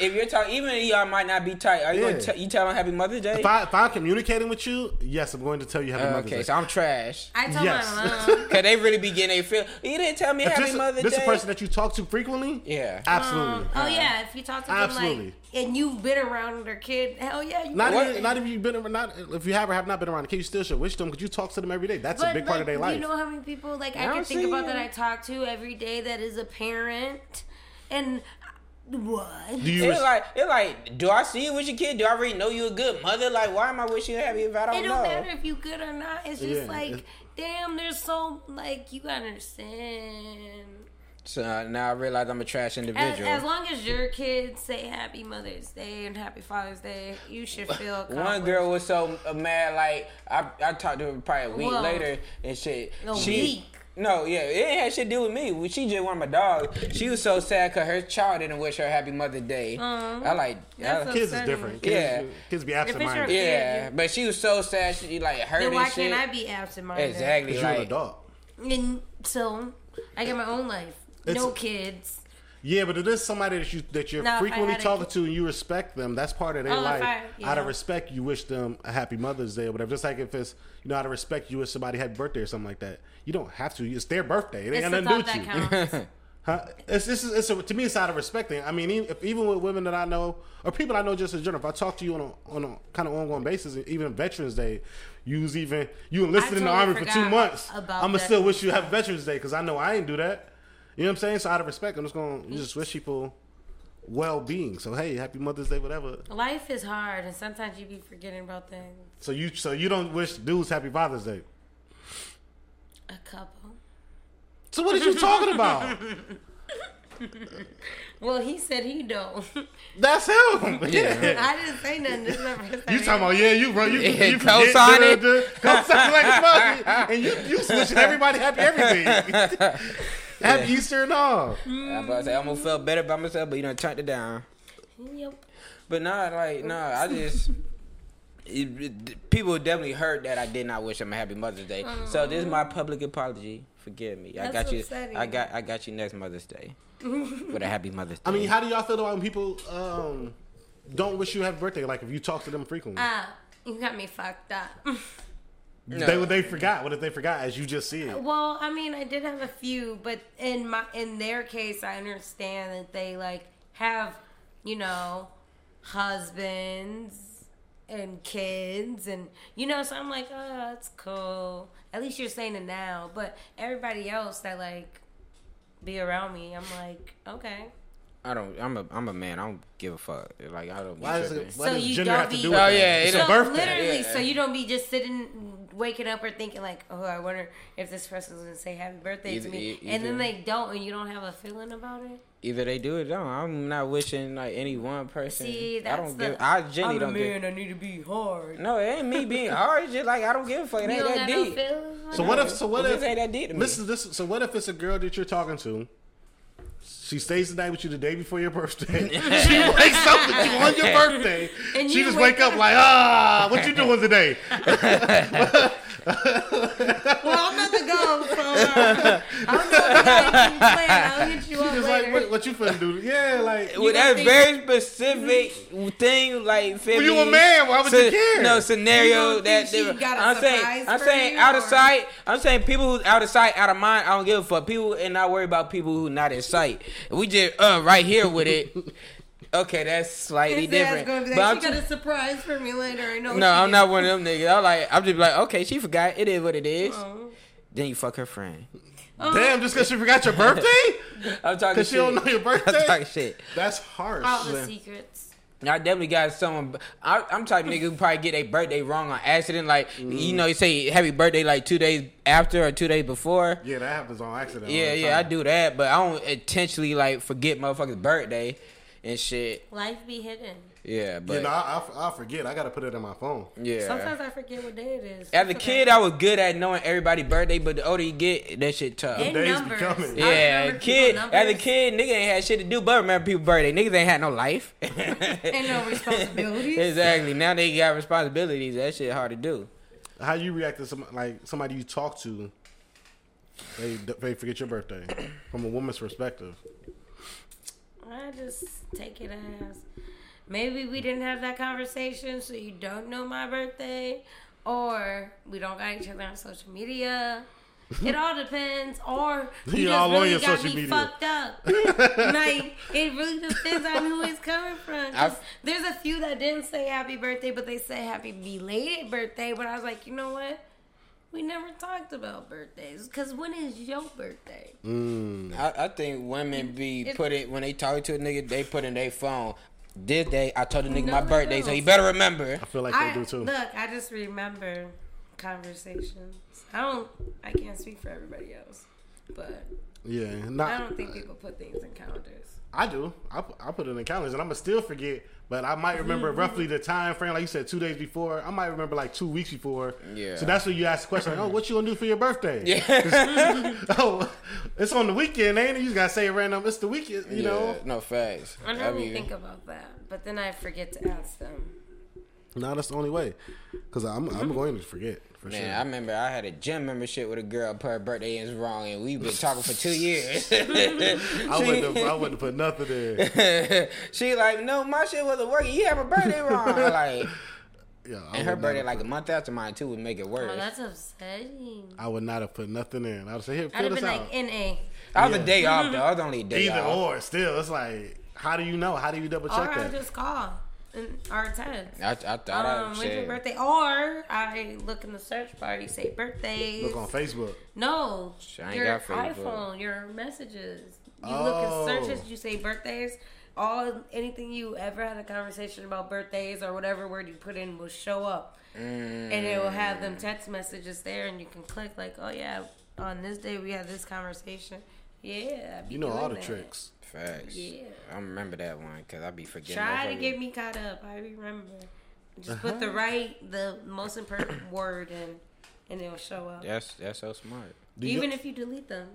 [SPEAKER 2] if you're talking, even if y'all might not be tight, are you gonna
[SPEAKER 1] Yeah.
[SPEAKER 2] t- you tell them Happy Mother's Day?
[SPEAKER 1] If, I, if I'm communicating with you, yes, I'm going to tell you Happy Mother's
[SPEAKER 2] okay,
[SPEAKER 1] Day.
[SPEAKER 2] so I'm trash.
[SPEAKER 3] I tell
[SPEAKER 1] Yes.
[SPEAKER 3] my mom.
[SPEAKER 2] Cause they really be getting their feel. You didn't tell me
[SPEAKER 1] if
[SPEAKER 2] Happy
[SPEAKER 1] this,
[SPEAKER 2] Mother's
[SPEAKER 1] this
[SPEAKER 2] Day.
[SPEAKER 1] a person that you talk to frequently,
[SPEAKER 2] yeah.
[SPEAKER 1] absolutely.
[SPEAKER 3] oh yeah, if you talk to them
[SPEAKER 1] Absolutely.
[SPEAKER 3] like, and you've been around their kid, hell yeah, you
[SPEAKER 1] not
[SPEAKER 2] uh, What-
[SPEAKER 1] even, not if you've been not if you have or have not been around the kid, you still should wish them because you talk to them every day. That's a big part of
[SPEAKER 3] like,
[SPEAKER 1] their life.
[SPEAKER 3] You know how many people like
[SPEAKER 2] I
[SPEAKER 3] I, can
[SPEAKER 2] don't
[SPEAKER 3] think
[SPEAKER 2] see
[SPEAKER 3] about
[SPEAKER 2] it.
[SPEAKER 3] that I talk to every day that is a parent, and what?
[SPEAKER 1] do you?
[SPEAKER 2] It's
[SPEAKER 1] Res-
[SPEAKER 2] like it's like, do I see you with your kid? Do I already know you a good mother? Like, why am I wishing you happy if I don't,
[SPEAKER 3] it don't
[SPEAKER 2] know?
[SPEAKER 3] matter if you good or not. It's just
[SPEAKER 1] Yeah,
[SPEAKER 3] like,
[SPEAKER 1] it's-
[SPEAKER 3] damn, there's so like you gotta understand.
[SPEAKER 2] So now I realize I'm a trash
[SPEAKER 3] As,
[SPEAKER 2] individual.
[SPEAKER 3] as long as your kids say Happy Mother's Day and Happy Father's Day, you should feel.
[SPEAKER 2] one
[SPEAKER 3] accomplished.
[SPEAKER 2] girl was so uh, mad, like I, I talked to her probably a week
[SPEAKER 3] Whoa.
[SPEAKER 2] later and shit.
[SPEAKER 3] A week?
[SPEAKER 2] No, yeah, it ain't had shit to do with me. She just one of my dogs. She was so sad because her child didn't wish her happy Mother's Day.
[SPEAKER 3] Aw.
[SPEAKER 2] I like,
[SPEAKER 3] Uh-huh. That's
[SPEAKER 2] I-
[SPEAKER 3] a-
[SPEAKER 1] kids is
[SPEAKER 3] upsetting.
[SPEAKER 1] different. Kids,
[SPEAKER 2] Yeah.
[SPEAKER 1] kids be absent
[SPEAKER 3] your-
[SPEAKER 1] minded
[SPEAKER 3] Yeah.
[SPEAKER 2] yeah, but she was so sad. She like hurt
[SPEAKER 3] Then
[SPEAKER 2] and
[SPEAKER 3] why
[SPEAKER 2] shit.
[SPEAKER 3] can't I be absent-minded?
[SPEAKER 2] Exactly.
[SPEAKER 1] because you're
[SPEAKER 2] like,
[SPEAKER 1] an adult.
[SPEAKER 3] And so, I get my own life.
[SPEAKER 1] It's-
[SPEAKER 3] no kids.
[SPEAKER 1] Yeah, but it is somebody that you that you're
[SPEAKER 3] No, if I
[SPEAKER 1] frequently
[SPEAKER 3] had a
[SPEAKER 1] talking
[SPEAKER 3] kid-
[SPEAKER 1] to and you respect them. That's part of their
[SPEAKER 3] Oh, if
[SPEAKER 1] life.
[SPEAKER 3] I-
[SPEAKER 1] Out of
[SPEAKER 3] yeah.
[SPEAKER 1] respect, you wish them a happy Mother's Day or whatever. Just like if it's you know out of respect, you wish somebody happy birthday or something like that. You don't have to. It's their birthday. It ain't got
[SPEAKER 3] It's the
[SPEAKER 1] nothing to do
[SPEAKER 3] thought
[SPEAKER 1] with
[SPEAKER 3] that
[SPEAKER 1] you.
[SPEAKER 3] counts.
[SPEAKER 1] Huh? It's this is it's a, to me it's out of respecting. I mean, even, if, even with women that I know or people I know just in general, if I talk to you on a, on a kind of ongoing basis, and even Veterans Day, you was even you enlisted in the army
[SPEAKER 3] totally
[SPEAKER 1] for two
[SPEAKER 3] forgot
[SPEAKER 1] months. I'm
[SPEAKER 3] about
[SPEAKER 1] gonna
[SPEAKER 3] that.
[SPEAKER 1] still wish you have Veterans Day because I know I ain't do that. You know what I'm saying? So out of respect, I'm just gonna you just wish people well being. So hey, happy Mother's Day, whatever.
[SPEAKER 3] Life is hard, and sometimes you be forgetting about things.
[SPEAKER 1] So you so you don't wish dudes happy Father's Day.
[SPEAKER 3] A couple.
[SPEAKER 1] So what are you talking about?
[SPEAKER 3] Well, he said he don't.
[SPEAKER 1] That's him. Yeah.
[SPEAKER 3] I didn't say nothing. This is my first time.
[SPEAKER 1] You talking about yeah? You bro, you,
[SPEAKER 2] Yeah,
[SPEAKER 1] you
[SPEAKER 2] co-sign it.
[SPEAKER 1] co-sign like a monkey, and you you switching everybody happy everything. happy Easter and all.
[SPEAKER 2] I'm about to say I almost felt better by myself, but you know, turned it down.
[SPEAKER 3] Yep.
[SPEAKER 2] But nah, like nah, I just it- it- people definitely heard that I did not wish them a happy Mother's Day. So this is my public apology. Forgive me. I
[SPEAKER 3] That's
[SPEAKER 2] got you.
[SPEAKER 3] upsetting.
[SPEAKER 2] I got I got you next Mother's Day with a happy Mother's
[SPEAKER 1] I
[SPEAKER 2] Day.
[SPEAKER 1] mean, how do y'all feel about when people um, don't wish you happy birthday? Like if you talk to them frequently,
[SPEAKER 3] Ah, you got me fucked up.
[SPEAKER 2] No.
[SPEAKER 1] they they forgot. What if they forgot? As you just said,
[SPEAKER 3] Well, I mean, I did have a few, but in my in their case, I understand that they like have, you know, husbands and kids, and you know, so I'm like, oh, that's cool. At least you're saying it now. But everybody else that like be around me, I'm like, okay.
[SPEAKER 2] I don't. I'm a I'm a man. I don't give a fuck. Like I don't. be
[SPEAKER 1] why does
[SPEAKER 2] tripping.
[SPEAKER 1] it, why
[SPEAKER 3] So
[SPEAKER 1] does
[SPEAKER 3] you
[SPEAKER 1] gender
[SPEAKER 3] don't
[SPEAKER 1] have to
[SPEAKER 3] be-
[SPEAKER 1] do with
[SPEAKER 2] Oh,
[SPEAKER 1] it?
[SPEAKER 2] yeah,
[SPEAKER 1] it's
[SPEAKER 2] it
[SPEAKER 1] a
[SPEAKER 3] so
[SPEAKER 1] birthday.
[SPEAKER 3] literally,
[SPEAKER 2] Yeah.
[SPEAKER 3] so you don't be just sitting, waking up or thinking like, "Oh, I wonder if this person's gonna say happy birthday
[SPEAKER 2] Either-
[SPEAKER 3] to me,"
[SPEAKER 2] e-
[SPEAKER 3] and then
[SPEAKER 2] either.
[SPEAKER 3] they don't, and you don't have a feeling about it.
[SPEAKER 2] Either they do or don't. I'm not wishing like any one person.
[SPEAKER 3] See,
[SPEAKER 2] I
[SPEAKER 3] that's
[SPEAKER 2] don't
[SPEAKER 3] the,
[SPEAKER 2] give. I generally
[SPEAKER 3] I'm
[SPEAKER 2] don't
[SPEAKER 3] a man.
[SPEAKER 2] give.
[SPEAKER 3] I need to be hard.
[SPEAKER 2] No, it ain't me being hard. It's just like I don't give a fuck. It
[SPEAKER 3] you
[SPEAKER 2] ain't
[SPEAKER 3] don't
[SPEAKER 2] that
[SPEAKER 3] got no
[SPEAKER 2] deep.
[SPEAKER 3] feelings.
[SPEAKER 1] So what if so what
[SPEAKER 2] It
[SPEAKER 1] if
[SPEAKER 2] just ain't that deep to me.
[SPEAKER 1] Listen, to this. So what if it's a girl that you're talking to? She stays the night with you the day before your birthday. she wakes up with you on your birthday.
[SPEAKER 3] And
[SPEAKER 1] she
[SPEAKER 3] you
[SPEAKER 1] just
[SPEAKER 3] wake
[SPEAKER 1] wake up like, ah, what you doing today?
[SPEAKER 3] well, I'm about to go. So, uh, I'm gonna go keep playing. I'll hit you up
[SPEAKER 1] Just
[SPEAKER 3] later.
[SPEAKER 1] like, what, what you finna do? Yeah, like,
[SPEAKER 2] with
[SPEAKER 3] gonna
[SPEAKER 2] that
[SPEAKER 3] think- Mm-hmm.
[SPEAKER 2] very specific thing, like feel
[SPEAKER 1] you a
[SPEAKER 2] me?
[SPEAKER 1] man, why would you care?
[SPEAKER 2] No
[SPEAKER 3] You
[SPEAKER 2] scenario
[SPEAKER 3] don't
[SPEAKER 2] that
[SPEAKER 3] think she
[SPEAKER 2] different.
[SPEAKER 3] got a
[SPEAKER 2] I'm saying,
[SPEAKER 3] surprise
[SPEAKER 2] I'm
[SPEAKER 3] for
[SPEAKER 2] saying
[SPEAKER 3] you,
[SPEAKER 2] out of
[SPEAKER 3] or-
[SPEAKER 2] sight. I'm saying people who's out of sight, out of mind. I don't give a fuck. People and I worry about people who not in sight. We just uh right here with it. Okay, that's slightly
[SPEAKER 3] His ass
[SPEAKER 2] different.
[SPEAKER 3] gonna be
[SPEAKER 2] but
[SPEAKER 3] like,
[SPEAKER 2] I'm
[SPEAKER 3] she got
[SPEAKER 2] just-
[SPEAKER 3] a surprise for me later. I know
[SPEAKER 2] no,
[SPEAKER 3] she
[SPEAKER 2] I'm
[SPEAKER 3] did.
[SPEAKER 2] not one of them niggas. I'm like, I'm just like, okay, she forgot. It is what it is.
[SPEAKER 3] Oh.
[SPEAKER 2] Then you fuck her friend.
[SPEAKER 3] Oh,
[SPEAKER 1] damn, just because she forgot your birthday?
[SPEAKER 2] I'm talking shit.
[SPEAKER 1] Because she don't know your
[SPEAKER 2] I'm talking
[SPEAKER 1] birthday?
[SPEAKER 2] shit.
[SPEAKER 1] That's harsh.
[SPEAKER 3] All the secrets.
[SPEAKER 2] I definitely got someone. I, I'm type of nigga who probably get their birthday wrong on accident. Like you know, you say happy birthday like two days after or two days before.
[SPEAKER 1] yeah, that happens on accident. all
[SPEAKER 2] Yeah,
[SPEAKER 1] the
[SPEAKER 2] yeah, I
[SPEAKER 1] time.
[SPEAKER 2] do that, but I don't intentionally like forget motherfuckers' birthday and shit.
[SPEAKER 3] Life be hidden.
[SPEAKER 2] Yeah,
[SPEAKER 1] You
[SPEAKER 2] but
[SPEAKER 1] know, I, I, I forget. I got to put it in my phone.
[SPEAKER 2] yeah.
[SPEAKER 3] Sometimes I forget what day it is.
[SPEAKER 2] As a kid, I was good at knowing everybody's birthday, but the older you get, that shit tough.
[SPEAKER 3] and
[SPEAKER 1] days
[SPEAKER 3] numbers.
[SPEAKER 1] be coming.
[SPEAKER 3] I
[SPEAKER 2] Yeah,
[SPEAKER 3] remember
[SPEAKER 2] kid.
[SPEAKER 3] people
[SPEAKER 2] As a
[SPEAKER 3] numbers
[SPEAKER 2] kid, nigga ain't had shit to do but remember people's birthday. Niggas ain't had no life.
[SPEAKER 3] and no responsibilities.
[SPEAKER 2] exactly. Now they got responsibilities. That shit hard to do.
[SPEAKER 1] How you react to some like somebody you talk to? They they forget your birthday from a woman's perspective.
[SPEAKER 3] I just take it as maybe we didn't have that conversation, so you don't know my birthday, or we don't got each other on social media. It all depends, or you
[SPEAKER 1] You
[SPEAKER 3] just
[SPEAKER 1] all on
[SPEAKER 3] really
[SPEAKER 1] your
[SPEAKER 3] got
[SPEAKER 1] social
[SPEAKER 3] me
[SPEAKER 1] media.
[SPEAKER 3] fucked up. like it really depends on who it's coming from. 'Cause
[SPEAKER 2] I've-
[SPEAKER 3] There's a few that didn't say happy birthday, but they said happy belated birthday. But I was like, you know what? We never talked about birthdays because when is your birthday?
[SPEAKER 2] I, I think women be
[SPEAKER 3] It-
[SPEAKER 2] put it when they talk to a nigga, they put in their phone. This day I told the nigga
[SPEAKER 3] No,
[SPEAKER 2] my
[SPEAKER 3] they
[SPEAKER 2] birthday, so
[SPEAKER 3] don't.
[SPEAKER 2] you better remember.
[SPEAKER 1] I feel like
[SPEAKER 3] I,
[SPEAKER 1] they do too.
[SPEAKER 3] Look, I just remember conversations. I don't. I can't speak for everybody else, but
[SPEAKER 1] yeah,
[SPEAKER 3] I
[SPEAKER 1] not
[SPEAKER 3] don't think people put things in calendars.
[SPEAKER 1] I do. I, pu- I put it in calendars, and I'ma still forget, but I might remember roughly the time frame. Like you said, two days before. I might remember like two weeks before.
[SPEAKER 2] Yeah.
[SPEAKER 1] So that's when you ask the question, like, "Oh, what you gonna do for your birthday?"
[SPEAKER 2] Yeah,
[SPEAKER 1] oh, it's on the weekend, ain't it? You just gotta say it random. It's the weekend, you know.
[SPEAKER 2] no facts.
[SPEAKER 3] I
[SPEAKER 2] I
[SPEAKER 3] never
[SPEAKER 2] be-
[SPEAKER 3] think about that, but then I forget to ask them.
[SPEAKER 1] No, that's the only way, because I'm I'm going to forget for
[SPEAKER 2] Man,
[SPEAKER 1] sure.
[SPEAKER 2] I remember I had a gym membership with a girl. Put her birthday is wrong, and we been talking for two years.
[SPEAKER 1] I wouldn't have, I wouldn't have put nothing in.
[SPEAKER 2] she like, no, my shit wasn't working. You have a birthday wrong. like,
[SPEAKER 1] Yeah, I
[SPEAKER 2] and her
[SPEAKER 1] would
[SPEAKER 2] birthday
[SPEAKER 1] not-
[SPEAKER 2] like a month after mine too would make it
[SPEAKER 3] Oh,
[SPEAKER 2] worse.
[SPEAKER 3] that's upsetting.
[SPEAKER 1] I would not have put nothing in. I would say, here,
[SPEAKER 3] I'd
[SPEAKER 1] fill
[SPEAKER 3] have
[SPEAKER 1] this
[SPEAKER 3] been
[SPEAKER 1] out.
[SPEAKER 3] like, "Na."
[SPEAKER 2] I was a day off though. I was only a day
[SPEAKER 1] Either
[SPEAKER 2] off.
[SPEAKER 1] or, still, it's like, how do you know? How do you double
[SPEAKER 3] Or
[SPEAKER 1] check
[SPEAKER 3] I
[SPEAKER 1] that?
[SPEAKER 3] just call and or text.
[SPEAKER 2] I, I thought I
[SPEAKER 3] Um, when's your
[SPEAKER 2] shit.
[SPEAKER 3] birthday? Or I look in the search bar, you say birthdays.
[SPEAKER 1] Look on Facebook.
[SPEAKER 3] No,
[SPEAKER 2] I ain't
[SPEAKER 3] your
[SPEAKER 2] got Facebook.
[SPEAKER 3] iPhone, your messages. You
[SPEAKER 1] Oh.
[SPEAKER 3] look at searches, you say birthdays, all anything you ever had a conversation about birthdays or whatever word you put in will show up,
[SPEAKER 2] mm,
[SPEAKER 3] and it will have them text messages there, and you can click like, oh yeah, on this day we had this conversation. Yeah, I be
[SPEAKER 1] You know all the
[SPEAKER 3] doing that.
[SPEAKER 1] tricks.
[SPEAKER 2] Facts.
[SPEAKER 3] Yeah.
[SPEAKER 2] I remember that one because I be forgetting.
[SPEAKER 3] Try
[SPEAKER 2] that
[SPEAKER 3] to
[SPEAKER 2] whole-
[SPEAKER 3] get me caught up. I remember. Just put
[SPEAKER 2] Uh-huh.
[SPEAKER 3] the right, the most important word in, and it'll show up.
[SPEAKER 2] That's that's so smart.
[SPEAKER 1] Do you-
[SPEAKER 3] Even if you delete them.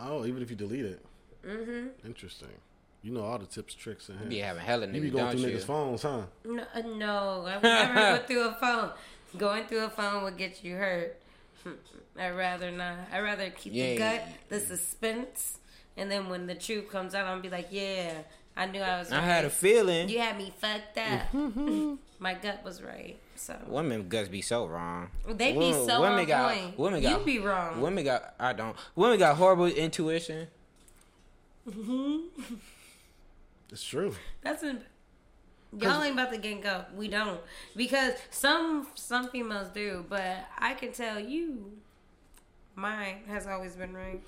[SPEAKER 1] Oh, even if you delete it. Mm-hmm. Interesting. You know all the tips, tricks, and
[SPEAKER 2] You be having hella
[SPEAKER 1] You be
[SPEAKER 2] niggas,
[SPEAKER 1] going
[SPEAKER 2] don't
[SPEAKER 1] through
[SPEAKER 2] you?
[SPEAKER 1] niggas' phones, huh?
[SPEAKER 3] No, uh, no I would never go through a phone. Going through a phone will get you hurt. I'd rather not. I'd rather keep
[SPEAKER 2] Yeah,
[SPEAKER 3] the gut,
[SPEAKER 2] yeah,
[SPEAKER 3] the suspense, and then when the truth comes out, I'll be like, yeah, I knew I was
[SPEAKER 2] I
[SPEAKER 3] right.
[SPEAKER 2] had a feeling.
[SPEAKER 3] you had me fucked up. My gut was right. So
[SPEAKER 2] Women guts be so wrong.
[SPEAKER 3] they be
[SPEAKER 2] Women-
[SPEAKER 3] so on
[SPEAKER 2] got,
[SPEAKER 3] point.
[SPEAKER 2] Women got,
[SPEAKER 3] you be wrong.
[SPEAKER 2] Women got. I don't. Women got horrible intuition.
[SPEAKER 3] Mm-hmm.
[SPEAKER 1] It's true.
[SPEAKER 3] That's in. Y'all ain't about to gank up. We don't because some some females do, but I can tell you, mine has always been right.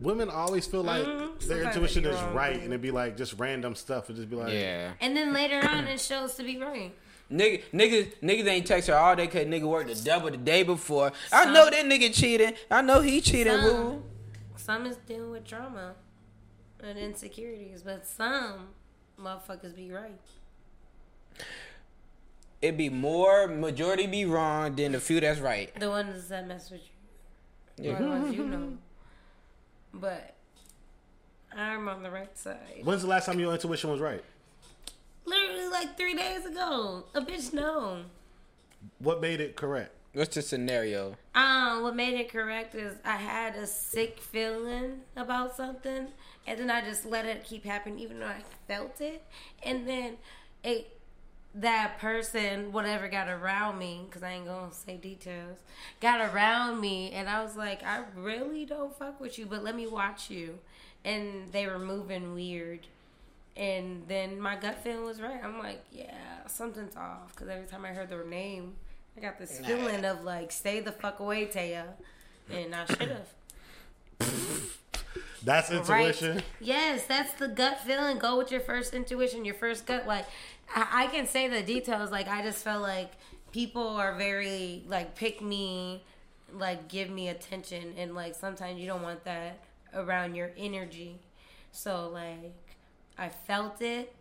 [SPEAKER 1] Women always feel like
[SPEAKER 3] Mhm.
[SPEAKER 1] their
[SPEAKER 3] Sometimes
[SPEAKER 1] intuition
[SPEAKER 3] you're
[SPEAKER 1] is
[SPEAKER 3] wrong.
[SPEAKER 1] right, and it'd be like just random stuff. It'd just be like,
[SPEAKER 2] Yeah.
[SPEAKER 3] And then later on, it shows to be right.
[SPEAKER 2] Nigga, niggas, niggas ain't text her all day cause nigga worked the double the day before. I know that nigga cheating. I know he cheating.
[SPEAKER 3] Some.
[SPEAKER 2] Woo.
[SPEAKER 3] Some is dealing with trauma and insecurities, but some motherfuckers be right.
[SPEAKER 2] It be more majority be wrong than the few that's right.
[SPEAKER 3] The ones that mess with you,
[SPEAKER 2] Yeah.
[SPEAKER 3] or the ones you know. But I'm on the right side.
[SPEAKER 1] When's the last time your intuition was right?
[SPEAKER 3] Literally like three days ago, a bitch known.
[SPEAKER 1] What made it correct?
[SPEAKER 2] What's the scenario?
[SPEAKER 3] Um, what made it correct is I had a sick feeling about something, and then I just let it keep happening, even though I felt it. And then it, that person, whatever got around me, because I ain't gonna say details, got around me, and I was like, I really don't fuck with you, but let me watch you. And they were moving weird. And then my gut feeling was right. I'm like, yeah, something's off. Because every time I heard their name, I got this feeling of like, stay the fuck away, Taya. And I should have.
[SPEAKER 1] That's
[SPEAKER 3] Right.
[SPEAKER 1] intuition.
[SPEAKER 3] Yes, that's the gut feeling. Go with your first intuition, your first gut. Like, I, I can say the details. Like, I just felt like people are very, like, pick me, like, give me attention. And, like, sometimes you don't want that around your energy. So, like, I felt it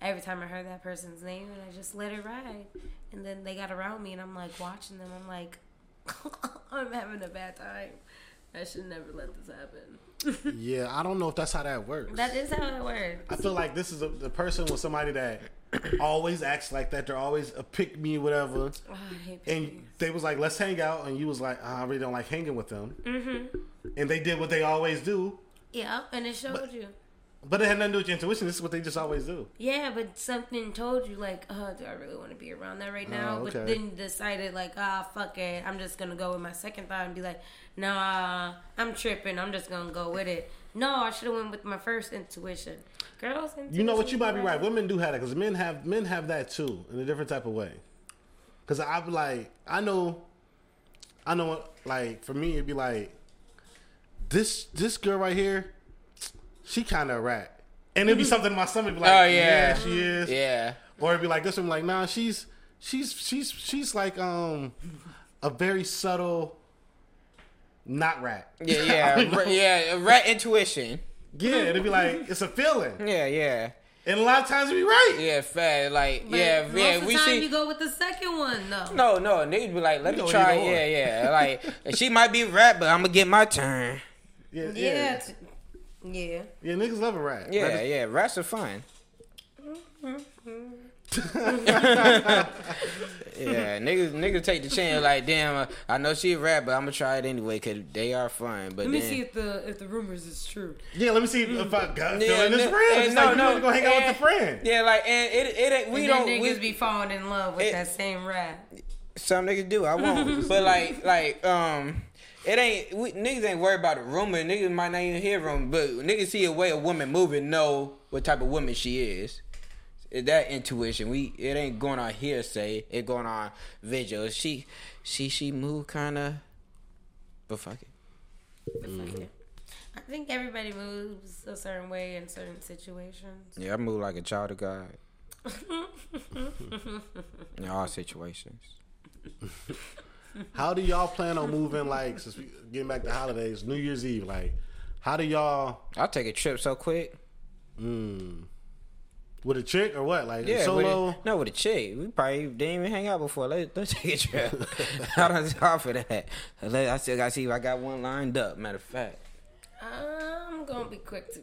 [SPEAKER 3] every time I heard that person's name and I just let it ride. And then they got around me and I'm like watching them. I'm like, I'm having a bad time. I should never let this happen.
[SPEAKER 1] Yeah, I don't know if that's how that works.
[SPEAKER 3] That is how it works.
[SPEAKER 1] I feel like this is a, the person with somebody that always acts like that. They're always a pick me, whatever.
[SPEAKER 3] Oh, I hate
[SPEAKER 1] And they was like, let's hang out, and you was like, "Ah, I really don't like hanging with them. And they did what they always do,
[SPEAKER 3] yeah, and it showed you.
[SPEAKER 1] but it had nothing to do with your intuition. This is what they just always do.
[SPEAKER 3] Yeah, but something told you like, oh, do I really want to be around that right now?
[SPEAKER 1] Oh,
[SPEAKER 3] But
[SPEAKER 1] okay.
[SPEAKER 3] then you decided like, ah, fuck it, I'm just gonna go with my second thought and be like, nah, I'm tripping. I'm just gonna go with it. No, I should have went with my first intuition. Girls,
[SPEAKER 1] You know what? You might be right.
[SPEAKER 3] intuition
[SPEAKER 1] Women do have that because men have men have that too in a different type of way. Because I'm like, I know, I know. Like for me, it'd be like this this girl right here. She kind of a rat, and it'd be something in my stomach. Be like,
[SPEAKER 2] Oh,
[SPEAKER 1] oh
[SPEAKER 2] yeah.
[SPEAKER 1] yeah. she is.
[SPEAKER 2] Yeah.
[SPEAKER 1] Or it'd be like this one. Like nah, she's she's she's she's like um a very subtle not rat.
[SPEAKER 2] Yeah, yeah, Ra- yeah. Right intuition.
[SPEAKER 1] Yeah, it'd be like it's a feeling,
[SPEAKER 2] Yeah, yeah,
[SPEAKER 1] and a lot of times it'd be right.
[SPEAKER 2] yeah. Fat, like,
[SPEAKER 3] But
[SPEAKER 2] yeah,
[SPEAKER 3] most
[SPEAKER 2] yeah.
[SPEAKER 3] of the
[SPEAKER 2] we
[SPEAKER 3] time
[SPEAKER 2] see.
[SPEAKER 3] you go with the second one though.
[SPEAKER 2] no, no. Niggas be like, let
[SPEAKER 1] You
[SPEAKER 2] me
[SPEAKER 1] go
[SPEAKER 2] try.
[SPEAKER 1] either or.
[SPEAKER 2] Yeah, yeah. Like, she might be rap, but I'm gonna get my turn.
[SPEAKER 1] Yeah,
[SPEAKER 3] Yeah,
[SPEAKER 1] yeah,
[SPEAKER 3] t- yeah.
[SPEAKER 1] yeah. Niggas love a rat.
[SPEAKER 2] Yeah,
[SPEAKER 1] Rat is-
[SPEAKER 2] yeah. Raps are fun. yeah, niggas, niggas take the chance. Like, damn, uh, I know she a rap, but I'm gonna try it anyway because they are fun. But
[SPEAKER 3] Let me
[SPEAKER 2] then,
[SPEAKER 3] see if the if the rumors is true.
[SPEAKER 1] Yeah, let me see if I got feeling
[SPEAKER 2] Yeah,
[SPEAKER 1] this
[SPEAKER 2] no-
[SPEAKER 1] friend.
[SPEAKER 2] and
[SPEAKER 1] Just
[SPEAKER 2] no,
[SPEAKER 1] like
[SPEAKER 2] no,
[SPEAKER 1] you want to go hang out
[SPEAKER 2] and-
[SPEAKER 1] with a friend.
[SPEAKER 2] yeah, like, and it, it ain't. We
[SPEAKER 3] We
[SPEAKER 2] don't.
[SPEAKER 3] don't niggas
[SPEAKER 2] we,
[SPEAKER 3] be falling in love with
[SPEAKER 2] It-
[SPEAKER 3] that same rap.
[SPEAKER 2] Some niggas do. I won't. but like, like, um, it ain't. We, niggas ain't worried about a rumor. Niggas might not even hear rumor, but niggas see a way a woman moving, know what type of woman she is. It- That intuition. We it ain't going on hearsay. It going on visual. She, she, she move kind of. But fuck it.
[SPEAKER 1] Mm-hmm.
[SPEAKER 3] Fuck it. I think everybody moves a certain way in certain situations.
[SPEAKER 2] Yeah, I move like a child of God in all situations.
[SPEAKER 1] How do y'all plan on moving? Like since we getting back to holidays, New Year's Eve. Like, how do y'all
[SPEAKER 2] I'll take a trip so quick.
[SPEAKER 1] mm, with a chick or what? Like
[SPEAKER 2] Yeah,
[SPEAKER 1] solo?
[SPEAKER 2] With a, no, with a chick. We probably didn't even hang out before. Let, let's take a trip. I don't talk for that. Let- I still got to see if I got one lined up. Matter of fact,
[SPEAKER 3] I'm gonna be quick to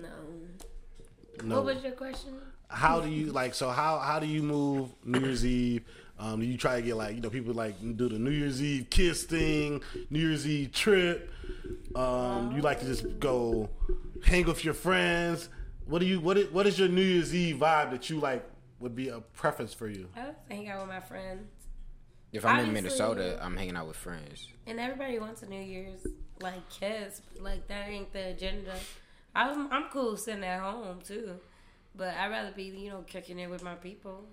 [SPEAKER 3] no.
[SPEAKER 1] no.
[SPEAKER 3] What was your question?
[SPEAKER 1] how do you like? So how how do you move New Year's Eve? Um, do you try to get like you know people like do the New Year's Eve kiss thing, New Year's Eve trip? Um, you like to just go hang with your friends? What do you what is, what is your New Year's Eve vibe that you like would be a preference for you?
[SPEAKER 3] I like to hang out with my friends,
[SPEAKER 2] if I'm in
[SPEAKER 3] Obviously-
[SPEAKER 2] Minnesota, I'm hanging out with friends.
[SPEAKER 3] and everybody wants a New Year's like kiss, but like that ain't the agenda. I'm I'm cool sitting at home too, but I'd rather be you know kicking it with my people,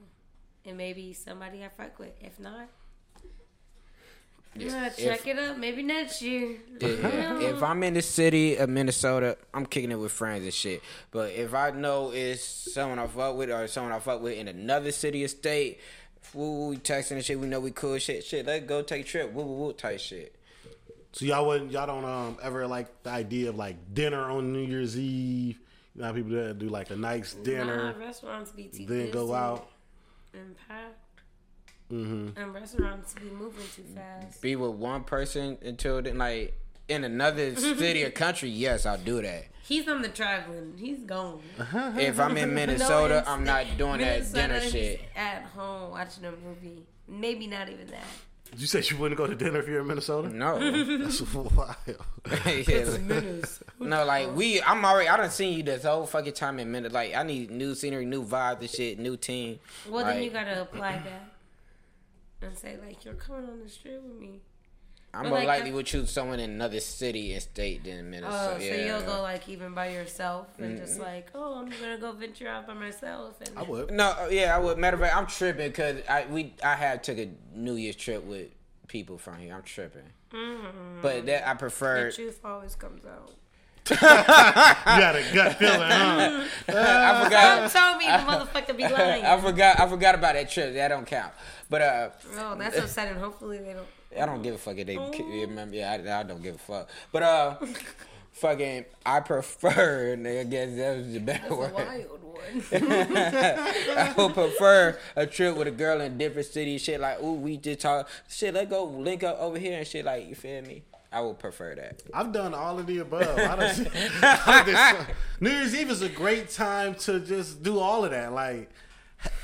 [SPEAKER 3] and maybe somebody I fuck with. If not. Yeah,
[SPEAKER 2] If-
[SPEAKER 3] check it up. Maybe next year.
[SPEAKER 2] Yeah. If I'm in the city of Minnesota, I'm kicking it with friends and shit. But if I know it's someone I fuck with or someone I fuck with in another city or state, woo, we texting and shit, we know we cool shit, shit, let's go take a trip, woo, woo, woo, type shit.
[SPEAKER 1] So y'all wouldn't y'all don't um ever like the idea of like dinner on New Year's Eve? You know how people do, do like a nice dinner,
[SPEAKER 3] Nah, restaurants be too
[SPEAKER 1] then go
[SPEAKER 3] busy
[SPEAKER 1] out.
[SPEAKER 3] and packed. Mm-hmm. And restaurants be moving too fast.
[SPEAKER 2] Be with one person until then, like in another city or country, yes, I'll do that.
[SPEAKER 3] He's on the traveling. He's gone.
[SPEAKER 2] If I'm in
[SPEAKER 3] Uh-huh. No,
[SPEAKER 2] Minnesota,
[SPEAKER 3] it's-
[SPEAKER 2] I'm not doing that
[SPEAKER 3] Minnesota,
[SPEAKER 2] dinner
[SPEAKER 3] he's
[SPEAKER 2] shit.
[SPEAKER 3] At home watching a movie. Maybe not even that.
[SPEAKER 1] Did you say you wouldn't go to dinner if you're in Minnesota?
[SPEAKER 2] No.
[SPEAKER 1] That's wild.
[SPEAKER 2] Yeah, like- No, like we, I'm already. I done seen you this whole fucking time in minute. Like I need new scenery, new vibes and shit, new team.
[SPEAKER 3] Well, then you
[SPEAKER 2] Like,
[SPEAKER 3] gotta apply that and say like, "You're coming on this trip with me."
[SPEAKER 2] I'm
[SPEAKER 3] but,
[SPEAKER 2] more
[SPEAKER 3] like,
[SPEAKER 2] likely
[SPEAKER 3] I-
[SPEAKER 2] would choose someone in another city and state than Minnesota.
[SPEAKER 3] Oh, so
[SPEAKER 2] yeah. Mm-hmm.
[SPEAKER 3] you'll go like even by yourself and just like, "Oh, I'm gonna go venture out by myself." And
[SPEAKER 1] I would.
[SPEAKER 2] No, uh, yeah, I would. Matter of fact, I'm tripping because I we I had took a New Year's trip with people from here. I'm tripping,
[SPEAKER 3] Mm-hmm.
[SPEAKER 2] but that I
[SPEAKER 3] the
[SPEAKER 2] prefer.
[SPEAKER 3] truth always comes out.
[SPEAKER 1] You got a gut feeling, huh?
[SPEAKER 2] I
[SPEAKER 3] Don't
[SPEAKER 2] forgot.
[SPEAKER 3] tell me the motherfucker be lying.
[SPEAKER 2] I forgot. I forgot about that trip. That don't count. But uh,
[SPEAKER 3] Oh, that's upsetting. Hopefully they don't.
[SPEAKER 2] I don't give a fuck if they ki- remember. Yeah, I, I don't give a fuck. But uh, fucking, I prefer. and I guess that was the better
[SPEAKER 3] That's a
[SPEAKER 2] word.
[SPEAKER 3] wild one.
[SPEAKER 2] I would prefer a trip with a girl in a different city. Shit like, ooh, we just talk. Shit, let go link up over here and shit. Like, you feel me? I would prefer that.
[SPEAKER 1] I've done all of the above. I don't see, I don't think so. New Year's Eve is a great time to just do all of that. Like,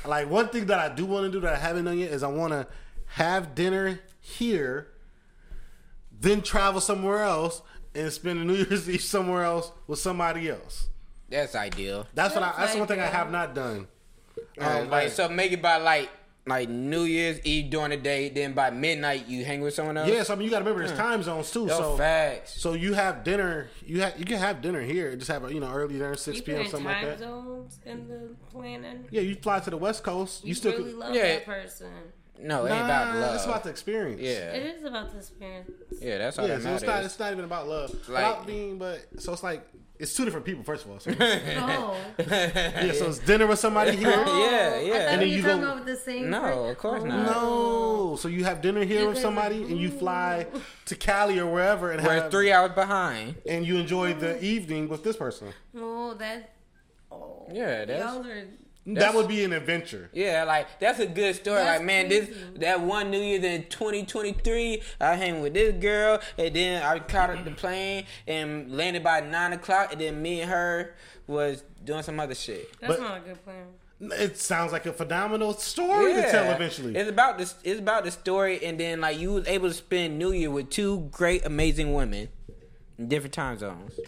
[SPEAKER 1] like one thing that I do want to do that I haven't done yet is I want to have dinner here, then travel somewhere else and spend New Year's Eve somewhere else with somebody else.
[SPEAKER 2] That's ideal.
[SPEAKER 1] That's what I.
[SPEAKER 3] That's
[SPEAKER 1] That's one thing I
[SPEAKER 3] ideal.
[SPEAKER 1] have not done.
[SPEAKER 2] Um,
[SPEAKER 1] Um,
[SPEAKER 2] like, so make it by like like New Year's Eve during the day. Then by midnight, you hang with someone else.
[SPEAKER 1] yes, I mean you got to remember there's time zones too.
[SPEAKER 2] Hmm. Yo,
[SPEAKER 1] so
[SPEAKER 2] facts.
[SPEAKER 1] So you have dinner. You have you can have dinner here. Just have a you know early dinner, six
[SPEAKER 3] You put
[SPEAKER 1] p.m.
[SPEAKER 3] in
[SPEAKER 1] something
[SPEAKER 3] time
[SPEAKER 1] like that.
[SPEAKER 3] zones in the planning.
[SPEAKER 1] Yeah, you fly to the West Coast. You,
[SPEAKER 3] You,
[SPEAKER 1] still
[SPEAKER 3] really
[SPEAKER 1] could,
[SPEAKER 3] love
[SPEAKER 2] Yeah.
[SPEAKER 3] that person.
[SPEAKER 2] No, it
[SPEAKER 1] nah,
[SPEAKER 2] ain't about love.
[SPEAKER 1] It's about the experience.
[SPEAKER 3] It
[SPEAKER 2] yeah,
[SPEAKER 3] is about the experience.
[SPEAKER 2] yeah. That's all
[SPEAKER 1] Yeah,
[SPEAKER 2] that
[SPEAKER 1] so
[SPEAKER 2] matters.
[SPEAKER 1] it's not it's not even about love.
[SPEAKER 2] Like-
[SPEAKER 1] Without being, but so it's like it's two different people. First of all, so, yeah.
[SPEAKER 3] No.
[SPEAKER 1] So it's dinner with somebody here.
[SPEAKER 2] Yeah,
[SPEAKER 3] Oh,
[SPEAKER 2] yeah.
[SPEAKER 3] I thought
[SPEAKER 2] And
[SPEAKER 1] then
[SPEAKER 3] you
[SPEAKER 1] you
[SPEAKER 3] were talking
[SPEAKER 1] go-
[SPEAKER 3] about with the same.
[SPEAKER 2] No,
[SPEAKER 3] person.
[SPEAKER 2] of course
[SPEAKER 3] Oh.
[SPEAKER 2] not.
[SPEAKER 1] No, so you have dinner here
[SPEAKER 3] You
[SPEAKER 1] with
[SPEAKER 3] guys-
[SPEAKER 1] somebody, and you fly to Cali or wherever, and
[SPEAKER 2] We're
[SPEAKER 1] have,
[SPEAKER 2] three hours behind.
[SPEAKER 1] and you enjoy the evening with this person.
[SPEAKER 3] Oh, that. Oh.
[SPEAKER 2] Yeah, that's-
[SPEAKER 3] Y'all are.
[SPEAKER 1] that would be an adventure.
[SPEAKER 2] Yeah, like that's a good story.
[SPEAKER 3] That's
[SPEAKER 2] like man, this
[SPEAKER 3] crazy.
[SPEAKER 2] that one New Year's in 2023, I hang with this girl, and then I caught up the plane and landed by nine o'clock, and then me and her was doing some other shit.
[SPEAKER 3] That's
[SPEAKER 1] But-
[SPEAKER 3] not a good plan.
[SPEAKER 1] It sounds like a phenomenal story to Oh, tell eventually.
[SPEAKER 2] It's about this. It's about the story, and then like you was able to spend New Year with two great, amazing women in different time zones.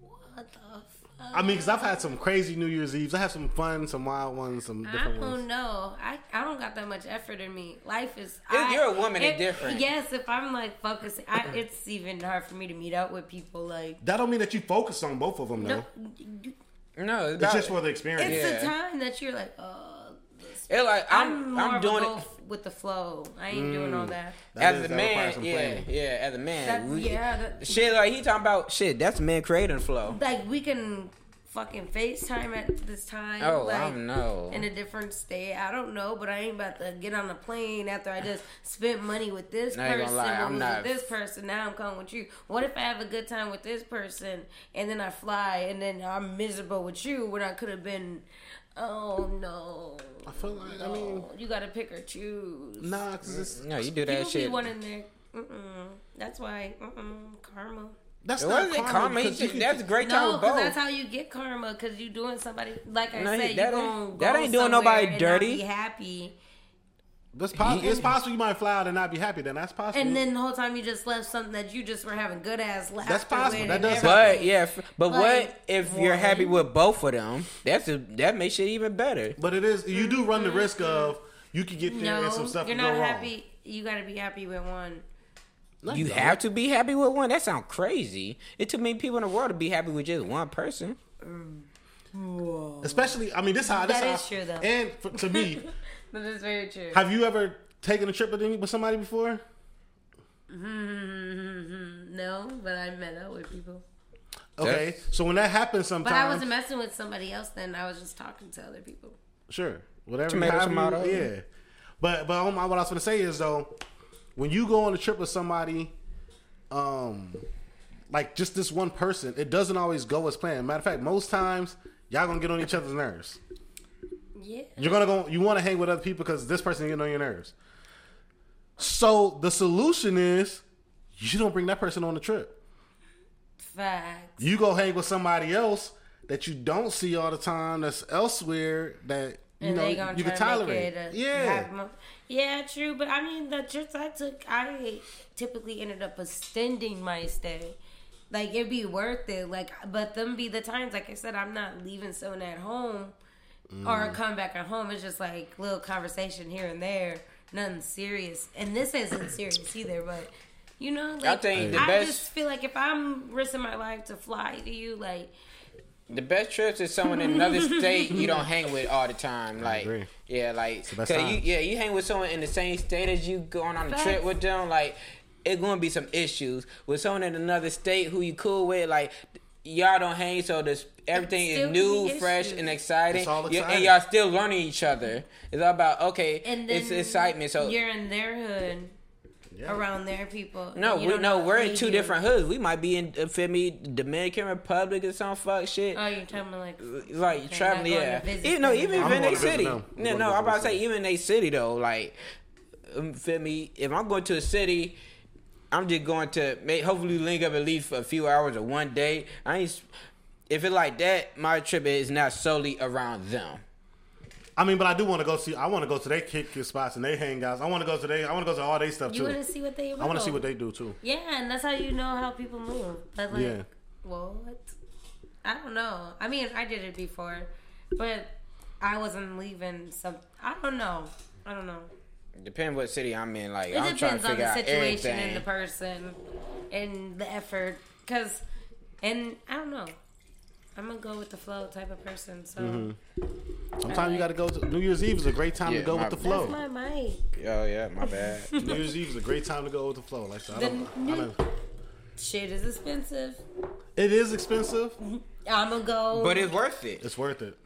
[SPEAKER 3] What the fuck?
[SPEAKER 1] I mean, because I've had some crazy New Year's Eves. I have some fun, some wild ones, some
[SPEAKER 3] I
[SPEAKER 1] different
[SPEAKER 3] don't
[SPEAKER 1] ones.
[SPEAKER 3] know. I, I don't got that much effort in me. Life is.
[SPEAKER 2] If
[SPEAKER 3] I-
[SPEAKER 2] you're a woman, it's
[SPEAKER 3] if-
[SPEAKER 2] different.
[SPEAKER 3] Yes, if I'm like focusing, I, it's even hard for me to meet up with people. Like,
[SPEAKER 1] That don't mean that you focus on both of them, though.
[SPEAKER 3] no,
[SPEAKER 2] No, it's,
[SPEAKER 1] It's
[SPEAKER 2] about-
[SPEAKER 1] just for the experience.
[SPEAKER 3] it's
[SPEAKER 2] Yeah.
[SPEAKER 3] the time that you're like, oh, this
[SPEAKER 2] It like I'm
[SPEAKER 3] more
[SPEAKER 2] I'm,
[SPEAKER 3] of a
[SPEAKER 2] doing
[SPEAKER 3] go
[SPEAKER 2] it Mm.
[SPEAKER 3] f- with the flow. I ain't doing all that.
[SPEAKER 1] That
[SPEAKER 2] as
[SPEAKER 1] is
[SPEAKER 2] a
[SPEAKER 1] that
[SPEAKER 2] man.
[SPEAKER 1] requires some
[SPEAKER 2] Yeah,
[SPEAKER 1] planning.
[SPEAKER 2] yeah, as a man.
[SPEAKER 3] That,
[SPEAKER 2] we-
[SPEAKER 3] yeah, that,
[SPEAKER 2] Shit, like he talking about shit. That's man creating flow.
[SPEAKER 3] like we can fucking FaceTime at this time.
[SPEAKER 2] Oh,
[SPEAKER 3] like,
[SPEAKER 2] I don't know.
[SPEAKER 3] in a different state. I don't know, but I ain't about to get on a plane after I just spent money with this
[SPEAKER 2] I ain't gonna
[SPEAKER 3] person.
[SPEAKER 2] lie,
[SPEAKER 3] what
[SPEAKER 2] I'm
[SPEAKER 3] was
[SPEAKER 2] not-
[SPEAKER 3] with this person. Now I'm coming with you. What if I have a good time with this person and then I fly and then I'm miserable with you when I could have been? Oh no!
[SPEAKER 1] I feel like I
[SPEAKER 3] No.
[SPEAKER 1] mean,
[SPEAKER 3] you gotta pick or choose.
[SPEAKER 1] nah, cause it's,
[SPEAKER 2] No, you do that
[SPEAKER 3] People be
[SPEAKER 2] shit.
[SPEAKER 3] wanting their. Mm-mm. That's why mm-mm, karma.
[SPEAKER 1] that's
[SPEAKER 2] It
[SPEAKER 1] not
[SPEAKER 2] wasn't
[SPEAKER 1] karma.
[SPEAKER 2] karma. He
[SPEAKER 1] because you
[SPEAKER 2] just-
[SPEAKER 1] can-
[SPEAKER 2] that's a great time
[SPEAKER 3] No,
[SPEAKER 2] with
[SPEAKER 3] because
[SPEAKER 2] both.
[SPEAKER 3] that's how you get karma. Because you doing somebody like I
[SPEAKER 2] No, he- that
[SPEAKER 3] said, you
[SPEAKER 2] ain't-
[SPEAKER 3] gonna
[SPEAKER 2] that
[SPEAKER 3] go
[SPEAKER 2] ain't doing
[SPEAKER 3] somewhere
[SPEAKER 2] nobody
[SPEAKER 3] and not
[SPEAKER 2] dirty.
[SPEAKER 3] Be happy.
[SPEAKER 1] That's possible. It's possible you might fly out and not be happy. Then that's possible.
[SPEAKER 3] And then the whole time you just left something that you just were having good ass laughter.
[SPEAKER 1] possible.
[SPEAKER 3] with
[SPEAKER 1] That
[SPEAKER 3] and
[SPEAKER 1] does
[SPEAKER 3] everything.
[SPEAKER 2] but yeah, f- but
[SPEAKER 3] Like,
[SPEAKER 2] what if you're happy
[SPEAKER 3] why?
[SPEAKER 2] with both of them? That's a, that makes it even better.
[SPEAKER 1] but it is you do run the risk of you could get there and some
[SPEAKER 3] Mm-hmm. No,
[SPEAKER 1] stuff
[SPEAKER 3] you're
[SPEAKER 1] could
[SPEAKER 3] not
[SPEAKER 1] go wrong.
[SPEAKER 3] happy. You got to be happy with one.
[SPEAKER 1] No,
[SPEAKER 2] You
[SPEAKER 1] don't.
[SPEAKER 2] have to be happy with one. That sounds crazy. It took many people in the world to be happy with just one person.
[SPEAKER 1] especially. I mean, this how this
[SPEAKER 3] That
[SPEAKER 1] how,
[SPEAKER 3] is true, though.
[SPEAKER 1] And for, to me,
[SPEAKER 3] That is very true.
[SPEAKER 1] have you ever taken a trip with any- with somebody before?
[SPEAKER 3] No, but I met up with people.
[SPEAKER 1] Okay, so when that happens,
[SPEAKER 3] But
[SPEAKER 1] sometimes
[SPEAKER 3] I wasn't messing with somebody else then. I was just talking to other people.
[SPEAKER 1] Sure. Whatever.
[SPEAKER 2] Tomato,
[SPEAKER 1] however you-
[SPEAKER 2] tomato.
[SPEAKER 1] Yeah. But but um, what I was gonna say is though, when you go on a trip with somebody, um, like just this one person, it doesn't always go as planned. Matter of fact, most times y'all gonna get on each other's nerves.
[SPEAKER 3] Yeah.
[SPEAKER 1] You're gonna go. You want to hang with other people because this person getting on your nerves. So the solution is you don't bring that person on the trip.
[SPEAKER 3] Facts.
[SPEAKER 1] You go hang with somebody else that you don't see all the time. That's elsewhere. That you
[SPEAKER 3] and
[SPEAKER 1] know
[SPEAKER 3] they gonna
[SPEAKER 1] you
[SPEAKER 3] try
[SPEAKER 1] can
[SPEAKER 3] to
[SPEAKER 1] tolerate.
[SPEAKER 3] make it a
[SPEAKER 1] yeah.
[SPEAKER 3] happy mo- yeah, true. But I mean, the trips I took, I typically ended up extending my stay. Like it'd be worth it. Like, but them be the times. Like I said, I'm not leaving someone at home
[SPEAKER 1] Mm.
[SPEAKER 3] or come back at home. It's just like little conversation here and there. Nothing serious, and this isn't serious either. But you know, like,
[SPEAKER 2] think the
[SPEAKER 3] I
[SPEAKER 2] best-
[SPEAKER 3] just feel like if I'm risking my life to fly to you, like
[SPEAKER 2] The best trips is someone in another state you don't hang with all the time. Like,
[SPEAKER 1] agree.
[SPEAKER 2] yeah, like,
[SPEAKER 1] best
[SPEAKER 2] cause you,
[SPEAKER 1] times.
[SPEAKER 2] yeah, you hang with someone in the same state as you going on a
[SPEAKER 3] Facts.
[SPEAKER 2] trip with them. Like, it's gonna be some issues with someone in another state who you cool with. Like, y'all don't hang, so this everything
[SPEAKER 3] still
[SPEAKER 2] is
[SPEAKER 3] new,
[SPEAKER 2] new, fresh,
[SPEAKER 3] issues.
[SPEAKER 2] and exciting.
[SPEAKER 1] It's all
[SPEAKER 2] Yeah, and
[SPEAKER 1] exciting.
[SPEAKER 2] y'all still learning each other. It's all about okay,
[SPEAKER 3] and then
[SPEAKER 2] it's excitement. So
[SPEAKER 3] you're in their hood.
[SPEAKER 1] Yeah.
[SPEAKER 3] around their people.
[SPEAKER 2] No,
[SPEAKER 3] You
[SPEAKER 2] we
[SPEAKER 3] don't
[SPEAKER 2] no,
[SPEAKER 3] know
[SPEAKER 2] we're
[SPEAKER 3] who
[SPEAKER 2] in two
[SPEAKER 3] you-
[SPEAKER 2] different hoods. We might be in uh, feel me, Dominican Republic or some fuck shit.
[SPEAKER 3] Oh, you're talking about like
[SPEAKER 2] like
[SPEAKER 3] not
[SPEAKER 2] traveling,
[SPEAKER 3] going
[SPEAKER 2] yeah.
[SPEAKER 3] to visit
[SPEAKER 2] Even, no,
[SPEAKER 3] them.
[SPEAKER 2] even
[SPEAKER 3] I'm
[SPEAKER 2] if in
[SPEAKER 1] going
[SPEAKER 2] a
[SPEAKER 1] to visit
[SPEAKER 2] city.
[SPEAKER 1] them. I'm
[SPEAKER 2] No,
[SPEAKER 1] going
[SPEAKER 2] no,
[SPEAKER 1] to
[SPEAKER 2] I'm about to
[SPEAKER 1] visit
[SPEAKER 2] say even in a city though. Like, um, feel me? If I'm going to a city, I'm just going to make hopefully link up at least for a few hours or one day. I ain't. s- If it like that, my trip is not solely around them.
[SPEAKER 1] I mean, but I do want to go see. I want to go to their kick kick spots and they hangouts. I want to go to they. I want to go to all their stuff
[SPEAKER 3] you want
[SPEAKER 1] too.
[SPEAKER 3] to see what they.
[SPEAKER 1] I want to see what
[SPEAKER 3] about.
[SPEAKER 1] they do too.
[SPEAKER 3] Yeah, and that's how you know how people move. But like,
[SPEAKER 1] Yeah.
[SPEAKER 3] what? I don't know. I mean, I did it before, but I wasn't leaving. Some I don't know. I don't know.
[SPEAKER 2] Depending what city I'm in, like
[SPEAKER 3] It
[SPEAKER 2] I'm trying to
[SPEAKER 3] depends on
[SPEAKER 2] figure
[SPEAKER 3] the
[SPEAKER 2] out
[SPEAKER 3] situation
[SPEAKER 2] everything.
[SPEAKER 3] and the person and the effort. Cause, and I don't know. I'm gonna go with the flow type of person. So
[SPEAKER 1] Mm-hmm. Sometimes you got to go. to New Year's Eve is a great time
[SPEAKER 2] Yeah,
[SPEAKER 1] to go
[SPEAKER 2] my-
[SPEAKER 1] with the
[SPEAKER 2] That's
[SPEAKER 1] flow.
[SPEAKER 3] that's my mic.
[SPEAKER 2] oh yeah, my bad.
[SPEAKER 1] New Year's Eve is a great time to go with the flow. Like so, I
[SPEAKER 3] The
[SPEAKER 1] don't, I
[SPEAKER 3] new-
[SPEAKER 1] don't,
[SPEAKER 3] Shit is expensive.
[SPEAKER 1] it is expensive.
[SPEAKER 3] I'm gonna go.
[SPEAKER 2] but it's worth it.
[SPEAKER 1] It's worth it.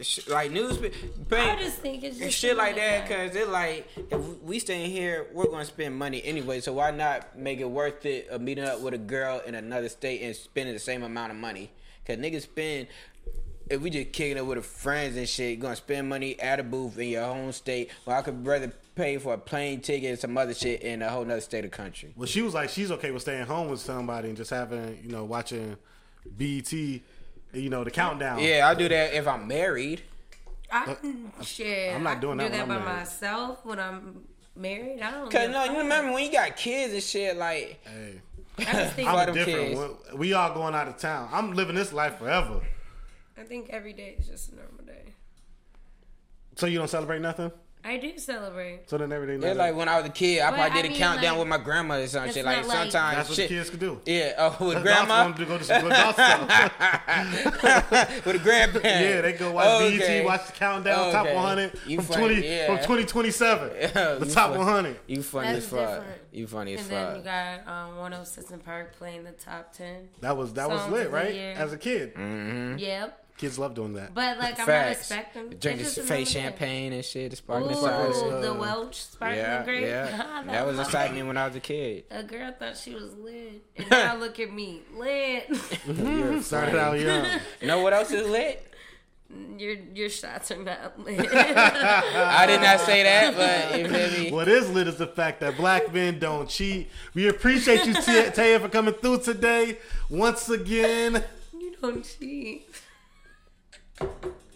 [SPEAKER 2] Sh- like news,
[SPEAKER 3] I
[SPEAKER 2] but
[SPEAKER 3] just think it's just
[SPEAKER 2] shit like that.
[SPEAKER 3] something
[SPEAKER 2] Cause it's like if we staying here, we're gonna spend money anyway. So why not make it worth it of meeting up with a girl in another state and spending the same amount of money? Cause niggas spend. If we just kicking it with our friends and shit, gonna spend money at a booth in your home state. Well, I could rather pay for a plane ticket and some other shit in a whole nother state of country.
[SPEAKER 1] Well, she was like, she's okay with staying home with somebody and just having, you know, watching BET, you know, the countdown.
[SPEAKER 2] Yeah, I'll do that if I'm married.
[SPEAKER 3] I, shit,
[SPEAKER 1] I'm not
[SPEAKER 3] I can
[SPEAKER 1] doing that
[SPEAKER 3] Do
[SPEAKER 1] when
[SPEAKER 3] that by
[SPEAKER 1] I'm married.
[SPEAKER 3] myself when I'm married. I don't.
[SPEAKER 2] Cause
[SPEAKER 3] give a
[SPEAKER 2] no, you
[SPEAKER 3] fuck.
[SPEAKER 2] remember when you got kids and shit, like
[SPEAKER 1] Hey,
[SPEAKER 3] I just think.
[SPEAKER 2] Fuck
[SPEAKER 1] I'm
[SPEAKER 2] them
[SPEAKER 1] different.
[SPEAKER 2] kids.
[SPEAKER 1] We- We all going out of town. I'm living this life forever.
[SPEAKER 3] I think every day is just a normal day.
[SPEAKER 1] So you don't celebrate nothing?
[SPEAKER 3] I do celebrate.
[SPEAKER 1] So then everything.
[SPEAKER 2] It's like when I was a kid, I
[SPEAKER 3] But
[SPEAKER 2] probably
[SPEAKER 3] I
[SPEAKER 2] did a
[SPEAKER 3] mean,
[SPEAKER 2] countdown
[SPEAKER 3] like,
[SPEAKER 2] with my grandmother or some
[SPEAKER 3] it's
[SPEAKER 2] shit.
[SPEAKER 3] not
[SPEAKER 2] Like
[SPEAKER 3] like-
[SPEAKER 1] that's
[SPEAKER 2] sometimes
[SPEAKER 1] what
[SPEAKER 2] shit.
[SPEAKER 1] the kids can do.
[SPEAKER 2] Yeah, oh, with
[SPEAKER 1] That's
[SPEAKER 2] grandma.
[SPEAKER 1] awesome to go to some good gospel.
[SPEAKER 2] with a grandparents.
[SPEAKER 1] Yeah, they go watch
[SPEAKER 2] Okay.
[SPEAKER 1] BET, watch the countdown top
[SPEAKER 2] Okay.
[SPEAKER 1] 100
[SPEAKER 2] You
[SPEAKER 1] from
[SPEAKER 2] funny,
[SPEAKER 1] 20
[SPEAKER 2] yeah.
[SPEAKER 1] from 2027.
[SPEAKER 2] Yeah,
[SPEAKER 1] the
[SPEAKER 2] Oh, you
[SPEAKER 1] top
[SPEAKER 2] funny.
[SPEAKER 1] 100.
[SPEAKER 2] You funny
[SPEAKER 3] That's
[SPEAKER 2] as fuck.
[SPEAKER 3] different.
[SPEAKER 2] You funny as
[SPEAKER 3] And
[SPEAKER 2] fuck.
[SPEAKER 3] then you got um, 106 in Park playing the top 10.
[SPEAKER 1] That was that was
[SPEAKER 3] Songs
[SPEAKER 1] lit,
[SPEAKER 3] of the
[SPEAKER 1] right?
[SPEAKER 3] year.
[SPEAKER 1] As a kid,
[SPEAKER 2] Mm.
[SPEAKER 3] Yep.
[SPEAKER 1] kids love doing that.
[SPEAKER 3] But, like,
[SPEAKER 2] Mm-hmm.
[SPEAKER 3] I'm not
[SPEAKER 2] Facts.
[SPEAKER 3] expecting.
[SPEAKER 2] Drink this
[SPEAKER 3] it's just
[SPEAKER 2] fake
[SPEAKER 3] another day.
[SPEAKER 2] champagne and shit, the
[SPEAKER 3] Ooh,
[SPEAKER 2] sparkling cider.
[SPEAKER 3] the
[SPEAKER 1] uh,
[SPEAKER 3] Welch sparkling
[SPEAKER 2] Yeah,
[SPEAKER 3] grape.
[SPEAKER 2] yeah.
[SPEAKER 3] I
[SPEAKER 2] That was
[SPEAKER 3] love
[SPEAKER 2] exciting when I was a kid.
[SPEAKER 3] A girl thought she was lit, and now look at me, lit.
[SPEAKER 2] You're
[SPEAKER 1] Started
[SPEAKER 2] funny.
[SPEAKER 1] out young.
[SPEAKER 2] You know what else is lit?
[SPEAKER 3] your your shots are not lit.
[SPEAKER 2] I did not say that, but you feel me?
[SPEAKER 1] Uh, what is lit is the fact that black men don't cheat. We appreciate you, T- Taya, for coming through today once again.
[SPEAKER 3] you don't cheat.